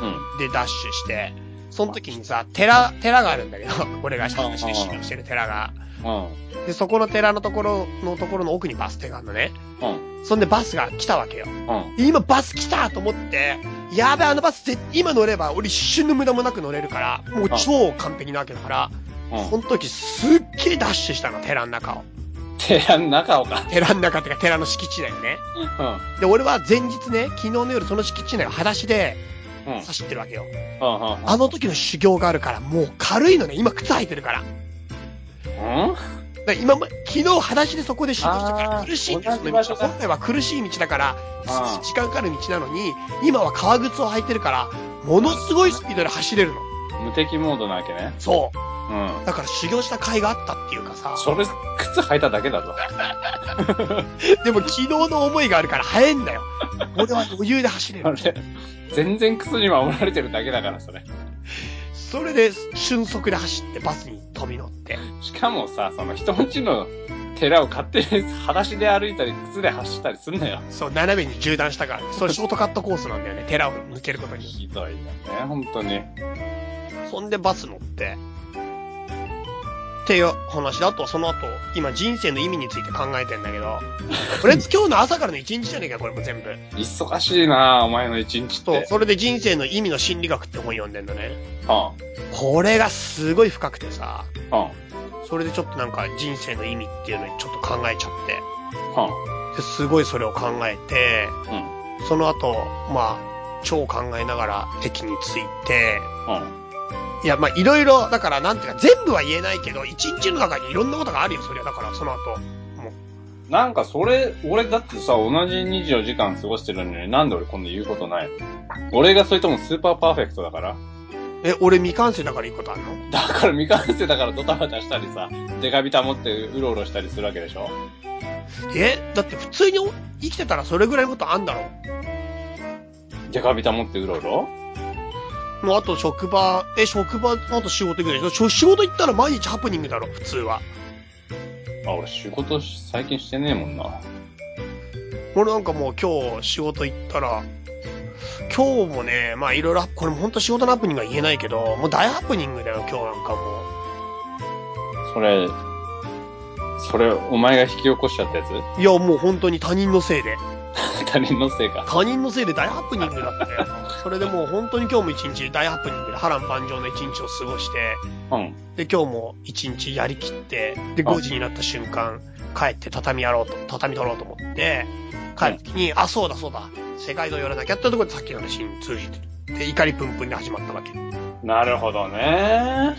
うん
て、で、ダッシュして、その時にさ、寺、寺があるんだけど、 俺が写真集してる寺が。
うん
で、そこの寺のところのところの奥にバス停があるのね。
うん
そんでバスが来たわけよ。
うん
今バス来たと思って、やべ、あのバス絶今乗れば俺一瞬の無駄もなく乗れるから、もう超完璧なわけだから、
うん
その時すっげえダッシュしたの、寺の中を。
寺の中をか。
寺の中っていうか寺の敷地内をね。
うん
で、俺は前日ね、昨日の夜その敷地内を裸足で
うんうん
走ってるわけよ。
うんうん
あの時の修行があるから、もう軽いのね、今靴履いてるから。だか
うん
ら今ま、昨日裸足でそこで修行したから
あー
苦しいんですよ、
同じ
道
場所だ
本来は苦しい道だから
あ、ー
時間かかる道なのに、今は革靴を履いてるから、ものすごいスピードで走れるの。
無敵モードなわけね。
そう。
うん。
だから修行した甲斐があったっていうかさ、
それ、靴履いただけだぞ。
でも昨日の思いがあるから早いんだよ。俺は余裕で走れ
あ
る。
れ、全然靴に守られてるだけだから、それ。
それで瞬足で走ってバスに飛び乗って。
しかもさ、その人んちの寺を勝手に裸足で歩いたり、靴で走ったりすんなよ。
そう、斜めに縦断したから、それショートカットコースなんだよね、寺を抜けることに。
ひどいよね、本当に。
そんでバス乗って。っていう話だと、その後、今人生の意味について考えてんだけど、とりあえず今日の朝からの一日じゃねえか、これも全部。
忙しいなお前の一日って。
そう、それで人生の意味の心理学って本読んでんだね。
う
これがすごい深くてさ、
ん。うん。うん。
それでちょっとなんか人生の意味っていうのにちょっと考えちゃって、ですごいそれを考えて、
うん。
その後、まあ、超考えながら駅に着いて、
うん。
いや、まあ、いろいろ、だから、なんていうか、全部は言えないけど、一日の中にいろんなことがあるよ、それは。だから、その後。
なんかそれ、俺だってさ、同じ24時間過ごしてるのに、なんで俺こんな言うことないの俺がそれともスーパーパーフェクトだから。
え、俺未完成だからいいことあるの
だから未完成だからドタバタしたりさ、デカビタ持ってうろうろしたりするわけでしょ
え、だって普通に生きてたらそれぐらいのことあんだろ
デカビタ持ってうろうろ
もうあと職場、え、職場、あと仕事行くでしょしょ仕事行ったら毎日ハプニングだろ、普通は。
あ、俺仕事し最近してねえもんな。
俺なんかもう今日仕事行ったら、今日もね、まあいろいろ、これも本当仕事のハプニングは言えないけど、もう大ハプニングだよ、今日なんかもう。
それ、それ、お前が引き起こしちゃったやつ
いや、もう本当に他人のせいで。
他人のせいか。
他人のせいで大ハプニングだったよ。それでもう本当に今日も一日大ハプニングで波乱万丈の一日を過ごして、
うん。
で、今日も一日やりきって、で、
あ
5時になった瞬間、帰って畳やろうと、畳取ろうと思って、帰る時に、あ、そうだそうだ、世界の寄らなきゃってところでさっきの話に通じてる。で、怒りプンプンで始まったわけ。
なるほどね。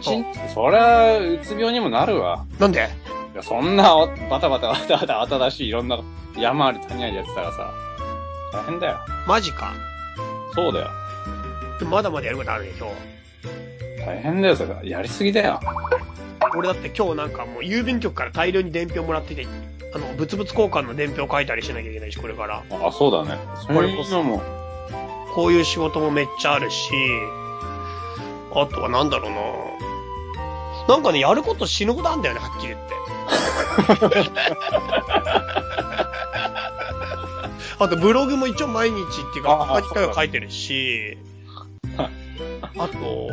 そう
そりゃ、うつ病にもなるわ。
なんで
いやそんなお、バタバタバタバタ新しいいろんな山あり谷ありやってたらさ、大変だよ。
マジか。
そうだよ。
でもまだまだやることあるね、今日。
大変だよ、それ。やりすぎだよ。
俺だって今日なんかもう郵便局から大量に伝票もらってきて、あの、物々交換の伝票書いたりしなきゃいけないし、これから。
あ、そうだね。
これこ
そ
そう
いうのも。
こういう仕事もめっちゃあるし、あとはなんだろうな。なんかね、やること死ぬことあんだよね、はっきり言って。あとブログも一応毎日っていうか、
ああ
他に回
そう
は
か
書いてるし、あと、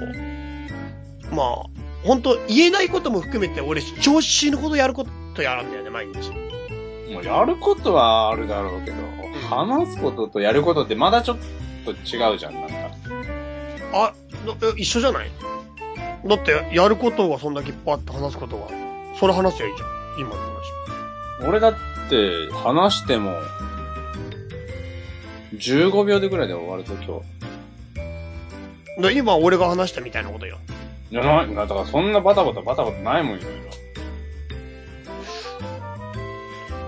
まあ、本当言えないことも含めて、俺、調子死ぬほどやることやるんだよね、毎日。
もうやることはあるだろうけど、話すこととやることってまだちょっと違うじゃん、なんか。
あ、なえ一緒じゃないだって、やることがそんだけいっぱいあって話すことが、それ話せばいいじゃん。今の話。
俺だって、話しても、15秒でぐらいで終わると今
で今、俺が話したみたいなことよ。
日。いや、な、だからそんなバタバタバタバタない もん、いろいろ。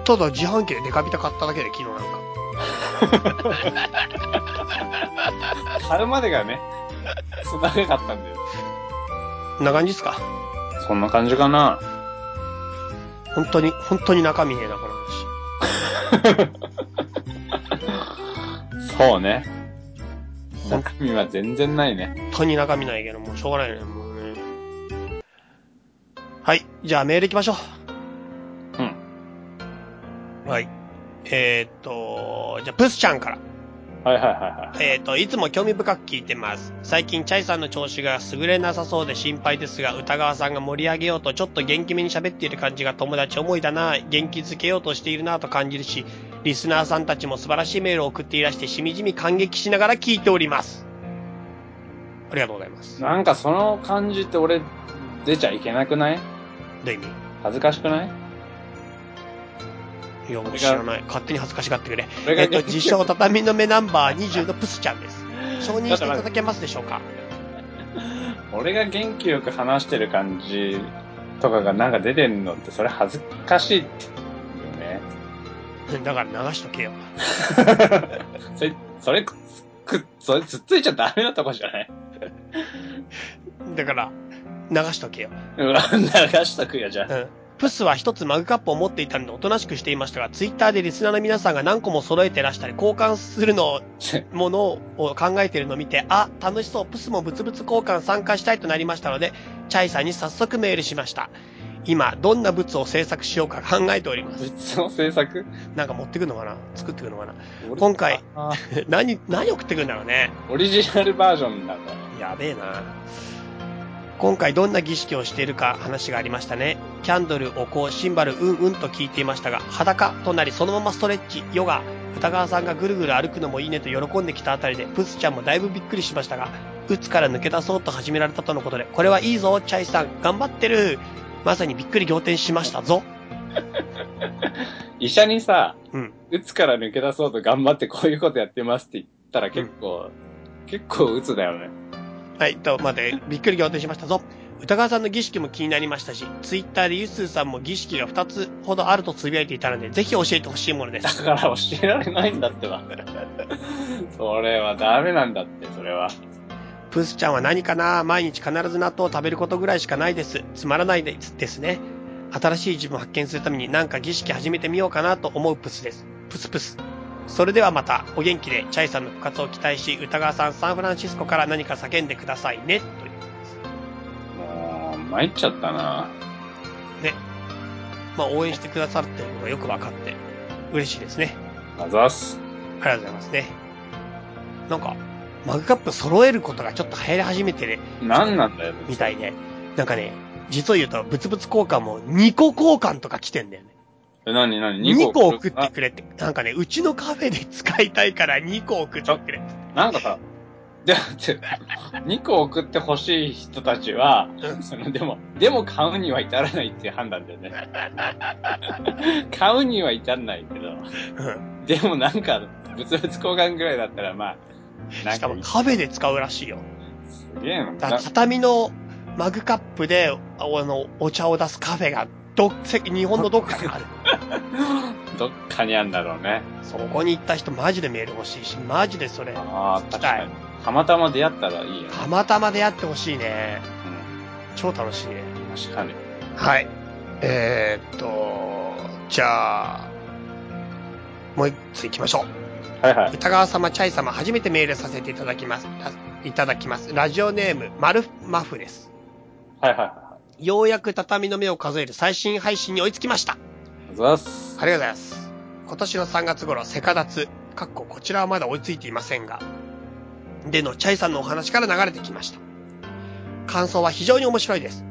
ただ、自販機でデカビタ買っただけで、昨日なんか。
買うまでがね、そんなかったんだよ。
こんな感じっすか
そんな感じかな。
本当に、本当に中身ねえな、この話。
そうね。
本
中身は全然ないね。
当に中身ないけど、もうしょうがないね、もうね。はい。じゃあ、メール行きましょ
うん。
う。はい。えー、っと、じゃあ、プスちゃんから。
はいはいはいはい。
えっ、と、いつも興味深く聞いてます。最近、チャイさんの調子が優れなさそうで心配ですが、歌川さんが盛り上げようと、ちょっと元気めに喋っている感じが友達思いだな、元気づけようとしているなと感じるし、リスナーさんたちも素晴らしいメールを送っていらして、しみじみ感激しながら聞いております。ありがとうございます。
なんかその感じって俺、出ちゃいけなくない
どういう意
恥ずかしくない
味いや、もう知らない。勝手に恥ずかしがってくれ。
俺
え
が
っ、と、自称畳の目ナンバー20のプスちゃんです。承認していただけますでしょうか
俺が元気よく話してる感じとかがなんか出てんのって、それ恥ずかしいよ ね。
だから流しとけよ。
それ、それ、くくそれつっついちゃダメなとこじゃない
だから、流しとけよ。
うわ流しとくよ、じゃあ。
うんプスは一つマグカップを持っていたのでおとなしくしていましたが、ツイッターでリスナーの皆さんが何個も揃えてらしたり、交換するのを、ものを考えているのを見て、あ、楽しそう、プスも物々交換参加したいとなりましたので、チャイさんに早速メールしました。今、どんな物を制作しようか考えております。
実の制作
なんか持ってくのかな作ってくのかな 今回。
あー
何、何送ってくんだろうね。
オリジナルバージョンなんだ。
やべえな。今回どんな儀式をしているか話がありましたね。キャンドル、お香、シンバル、うんうんと聞いていましたが、裸となりそのままストレッチ、ヨガ、歌川さんがぐるぐる歩くのもいいねと喜んできたあたりで、プスちゃんもだいぶびっくりしましたが、鬱から抜け出そうと始められたとのことで、これはいいぞ、チャイさん、頑張ってる。まさにびっくり仰天しましたぞ。
医者にさ、
うん。
うつから抜け出そうと頑張ってこういうことやってますって言ったら結構、結構うつだよね。
はい、とまで、びっくり仰天しましたぞ。歌川さんの儀式も気になりましたし、ツイッターでゆすーさんも儀式が2つほどあるとつぶやいていたので、ぜひ教えてほしいもので
だ
す。
から教えられないんだってば。 それはダメなんだって、それは。
プスちゃんは何かな毎日必ず納豆を食べることぐらいしかないです。つまらないですですね。新しい自分を発見するために何か儀式始めてみようかなと思うプスです。プスプス。それではまた、お元気で、チャイさんの復活を期待し、歌川さん、サンフランシスコから何か叫んでくださいね。という
もう、参っちゃったな。
ね。まあ、応援してくださってるのがよく分かって、嬉しいですね。
あざっす。
ありがとうございますね。なんか、マグカップ揃えることがちょっと流行り始めてる
何なんだよ、
みたいで、なんかね、実を言うと、物々交換も2個交換とか来てんだよね。
え、なになに
2個
?2 個
送ってくれって。なんかね、うちのカフェで使いたいから2個送ってくれって。
ななんかさ、だって、2個送ってほしい人たちは、その、でも、でも買うには至らないっていう判断だよね。 買うには至らないけど、
うん
でもなんか、物々交換ぐらいだったら、まあ、な
し
ん
か
か
も、カフェで使うらしいよ。
すげえな。
だから畳のマグカップで、ああの、お茶を出すカフェが、ど、せ日本のどっかにある。
どっかにあるんだろうね。
そこに行った人マジでメール欲しいし、マジでそれ、
あ
行
あ、
き
確
た
か
い
に。たまたま出会ったらいいよね。
たまたまでやってほしいね。
う
超楽しいね。
ん、確かに。
はい。えー、っと、じゃあ、もう一つ行きましょ
はい
う。
はい。
歌川様、チャイ様、初めてメールさせていただきます。らいただきます。ラジオネーム、マルフマフです。
はいはいは
ようやく畳の目を数える最新配信に追いつきました。
い。あざっす。
ありがとうございます。今年の3月頃、セカダツ、かっここちらはまだ追いついていませんが、でのチャイさんのお話から流れてきました。感想は非常に面白いです。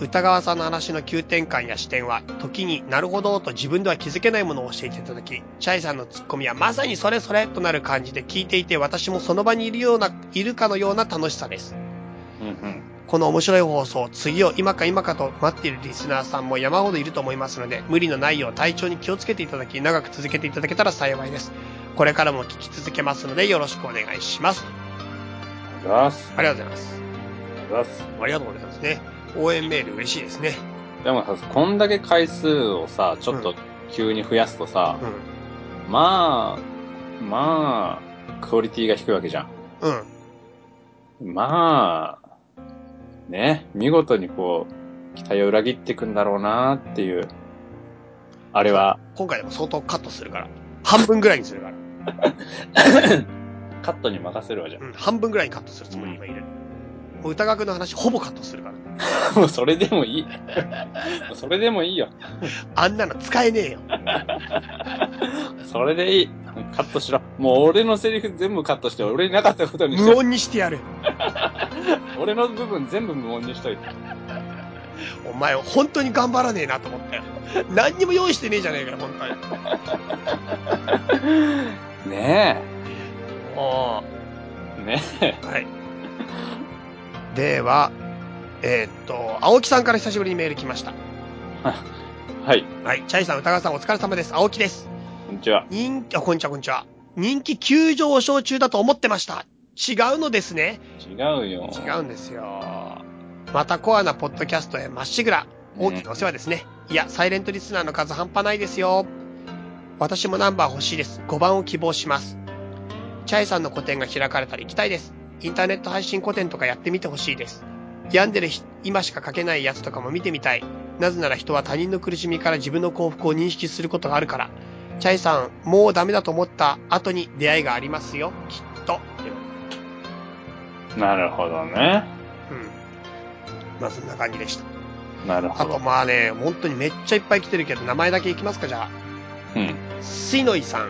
歌川さんの話の急転換や視点は、時になるほどと自分では気づけないものを教えていただき、チャイさんのツッコミはまさにそれそれとなる感じで聞いていて、私もその場にいるような、いるかのような楽しさです。
うんうん。
この面白い放送、次を今か今かと待っているリスナーさんも山ほどいると思いますので、無理のないよう体調に気をつけていただき、長く続けていただけたら幸いです。これからも聞き続けますので、よろしくお願いします。
あざっす。
ありがとうございます。
あざっす。
ありがとうございますね。応援メール嬉しいですね。
でもさ、こんだけ回数をさ、ちょっと急に増やすとさ、
う
まあ、まあ、クオリティが低いわけじゃん。
ん。うん。
まあ、ね、見事にこう、期待を裏切っていくんだろうなっていう、あれは、
今回でも相当カットするから。半分ぐらいにするから。
カットに任せるわじゃん。
うん。半分ぐらいにカットするつもり今いる。もう歌川くんの話ほぼカットするから。
もうそれでもいい。それでもいいよ。
あんなの使えねえよ。
それでいい。カットしろ。もう俺のセリフ全部カットして、俺になかったことにし
無
て、
音にしてやる。
俺の部分全部無音にしといて。
お前、本当に頑張らねえなと思ったよ。 何にも用意してねえじゃねえかよ、本当に。
ね
あ
え。ねえ。
あ、はい。では、えーっと、青木さんから久しぶりにメール来ました。
はい。
はい。チャイさん、歌川さん、お疲れ様です。青木です。
こんにちは。
人気、あ、こんにちは、こんにちは。人気急上昇中だと思ってました。違うのですね。
違うよ。
違うんですよ。またコアなポッドキャストへまっしぐら。大きなお世話ですね。いや、サイレントリスナーの数半端ないですよ。私もナンバー欲しいです。5番を希望します。チャイさんの個展が開かれたら行きたいです。インターネット配信個展とかやってみてほしいです。病んでるひ今しか書けないやつとかも見てみたい。なぜなら人は他人の苦しみから自分の幸福を認識することがあるから。チャイさん、もうダメだと思った後に出会いがありますよ。きっと。
なるほどね。
うん。まあそんな感じでした。
なる
あ
ほ
と
ど。
まあね、本当にめっちゃいっぱい来てるけど、名前だけいきますか、じゃあ。
うん。
すいのいさん、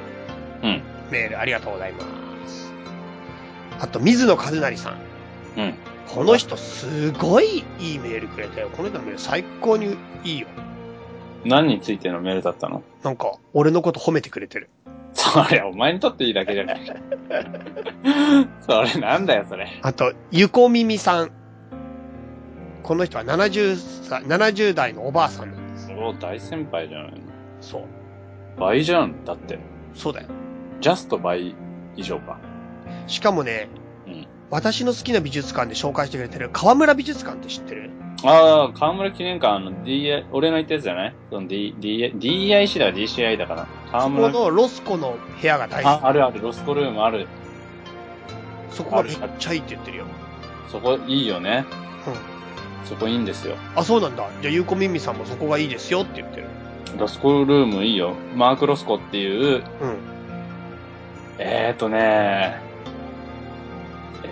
うん。
メールありがとうございます。あと、水野和成さん。
うん。
この人、すごいいいメールくれたよ。この人のメール最高にいいよ。
何についてのメールだったの
なんか、俺のこと褒めてくれてる。
それ、お前にとっていいだけじゃない。 それ、なんだよ、それ。
あと、ゆこみみさん。この人は70歳、70代のおばあさんなんです。
それ大先輩じゃないの。
そう。
倍じゃん。だって、
そうだよ。
ジャスト倍以上か。
しかもね、
うん
私の好きな美術館で紹介してくれてる河村美術館って知ってる
ああ、河村記念館、あの、DI、俺の言ったやつじゃないその D、DI、DIC だ、DCI だから。河
そこ
村、
のロスコの部屋が大
あ、
好
あるある、ロスコルームある。
き。そこがめっちゃいいって言ってるよ。
そこいいよね。
うん。
そこいいんですよ。
あ、そうなんだ。じゃあ、ゆうこみみさんもそこがいいですよって言ってる。
ロスコルームいいよ。マーク・ロスコっていう、
うん。
えーとね、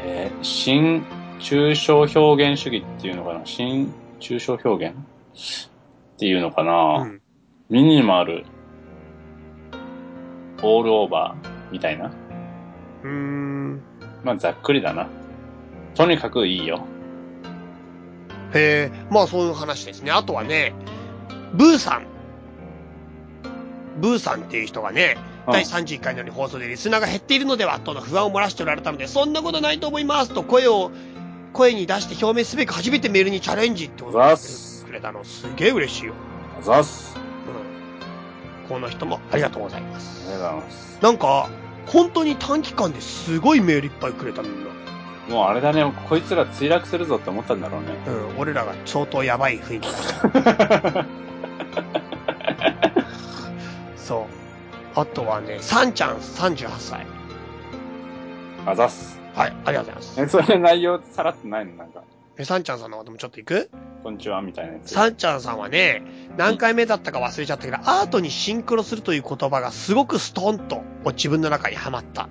えー、新抽象表現主義っていうのかな新抽象表現っていうのかな、
うん。
ミニマル、オールオーバーみたいな。
うーん。
まあざっくりだな。とにかくいいよ。
へえ、まあそういう話ですね。あとはね、ブーさん。ブーさんっていう人がね、
うん
第31回のように放送でリスナーが減っているのではとの不安を漏らしておられたので、そんなことないと思いますと声を、声に出して表明すべく初めてメールにチャレンジってことを
ざ
や
っ
って
す
くれたの、すげえ嬉しいよ。
あざっす。
うん。この人もありがとうございま
あ
す
り。がとうございます。
なんか、本当に短期間ですごいメールいっぱいくれたみんな。
もうあれだね、こいつら墜落するぞって思ったんだろうね。
うん、俺らが相当やばい雰囲気。そう。あとはね、サンちゃん38歳。
あざっす。
はい、ありがとうございます。
え、それ内容さらってないのなんか、
え、サンちゃんさんのこともちょっと行く
こんにちはみたいなやつ。
サンちゃんさんはね、何回目だったか忘れちゃったけど、アートにシンクロするという言葉がすごくストンと自分の中にはまったっ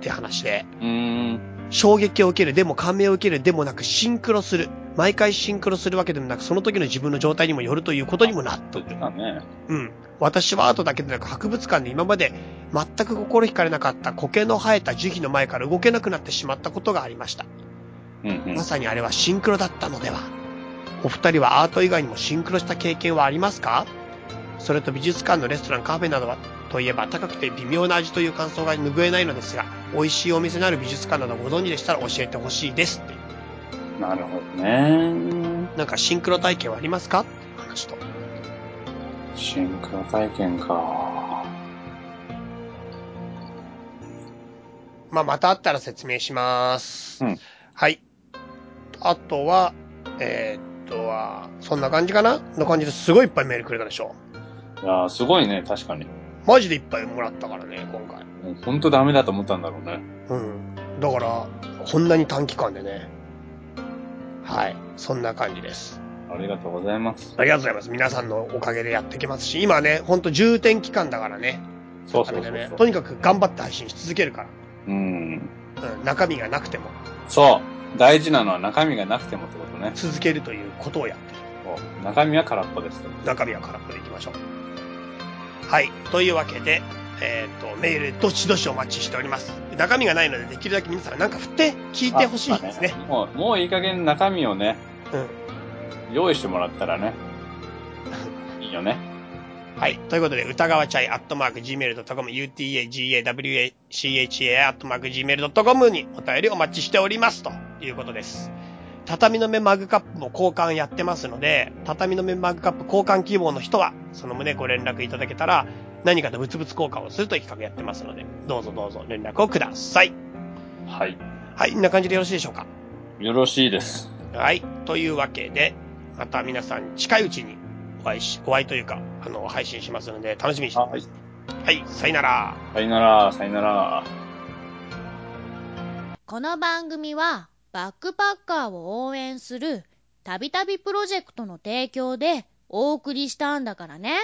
て話で、
うーん。
衝撃を受ける、でも感銘を受ける、でもなくシンクロする。毎回シンクロするわけでもなく、その時の自分の状態にもよるということにもなった
そうだね。
うん。私はアートだけでなく博物館で今まで全く心惹かれなかった苔の生えた樹皮の前から動けなくなってしまったことがありました。
うんうん
ま。さにあれはシンクロだったのでは。お二人はアート以外にもシンクロした経験はありますかそれと美術館のレストランカフェなどはといえば高くて微妙な味という感想が拭えないのですが、美味しいお店のある美術館などご存知でしたら教えてほしいですっていう。
なるほどね。
なんかシンクロ体験はありますかっていう話と。
シンクロ体験か。
まあ、またあったら説明します。
うん
はい。あとは、えーっとは、そんな感じかなの感じですごいいっぱいメールくれたでしょ。
いやーすごいね、確かに。
マジでいっぱいもらったからね、今回。
もうほんとダメだと思ったんだろうね。
うん。だから、こんなに短期間でね。はい。そんな感じです。
ありがとうございます。
ありがとうございます。皆さんのおかげでやってきますし、今ね、ほんと重点期間だからね。
そうそうそ
だ
う
からね
そ
と
う。
にかく頑張って配信し続けるか
うん。
ら。うん。中身がなくても
そう。大事なのは中身がなくてもってことね。
続けるということをやってる。
そう中身は空っぽです。
中身は空っぽでいきましょう。はい。というわけで、えっ、と、メール、どしどしお待ちしております。中身がないので、できるだけ皆さんなんか振って、聞いてほしいですね
あ。もう、もういい加減中身をね、用意してもらった らね、いいよね。
うん。はい。ということで、歌川チャイ、アットマーク、gmail.com、utagawcha, アットマーク、gmail.com にお便りお待ちしております。ということです。畳の目マグカップも交換やってますので、畳の目マグカップ交換希望の人は、その旨ご連絡いただけたら、何かと物々交換をするという企画やってますので、どうぞどうぞ連絡をください。
はい。
はい、こんな感じでよろしいでしょうか。
よろしいです。
はい、というわけで、また皆さん近いうちにお会いし、お会いというか、あの、配信しますので、楽しみにしてます。
はい。
はい、さよなら。
さよなら、さよなら。
この番組はバックパッカーを応援するたびたびプロジェクトの提供でお送りしたんだからね。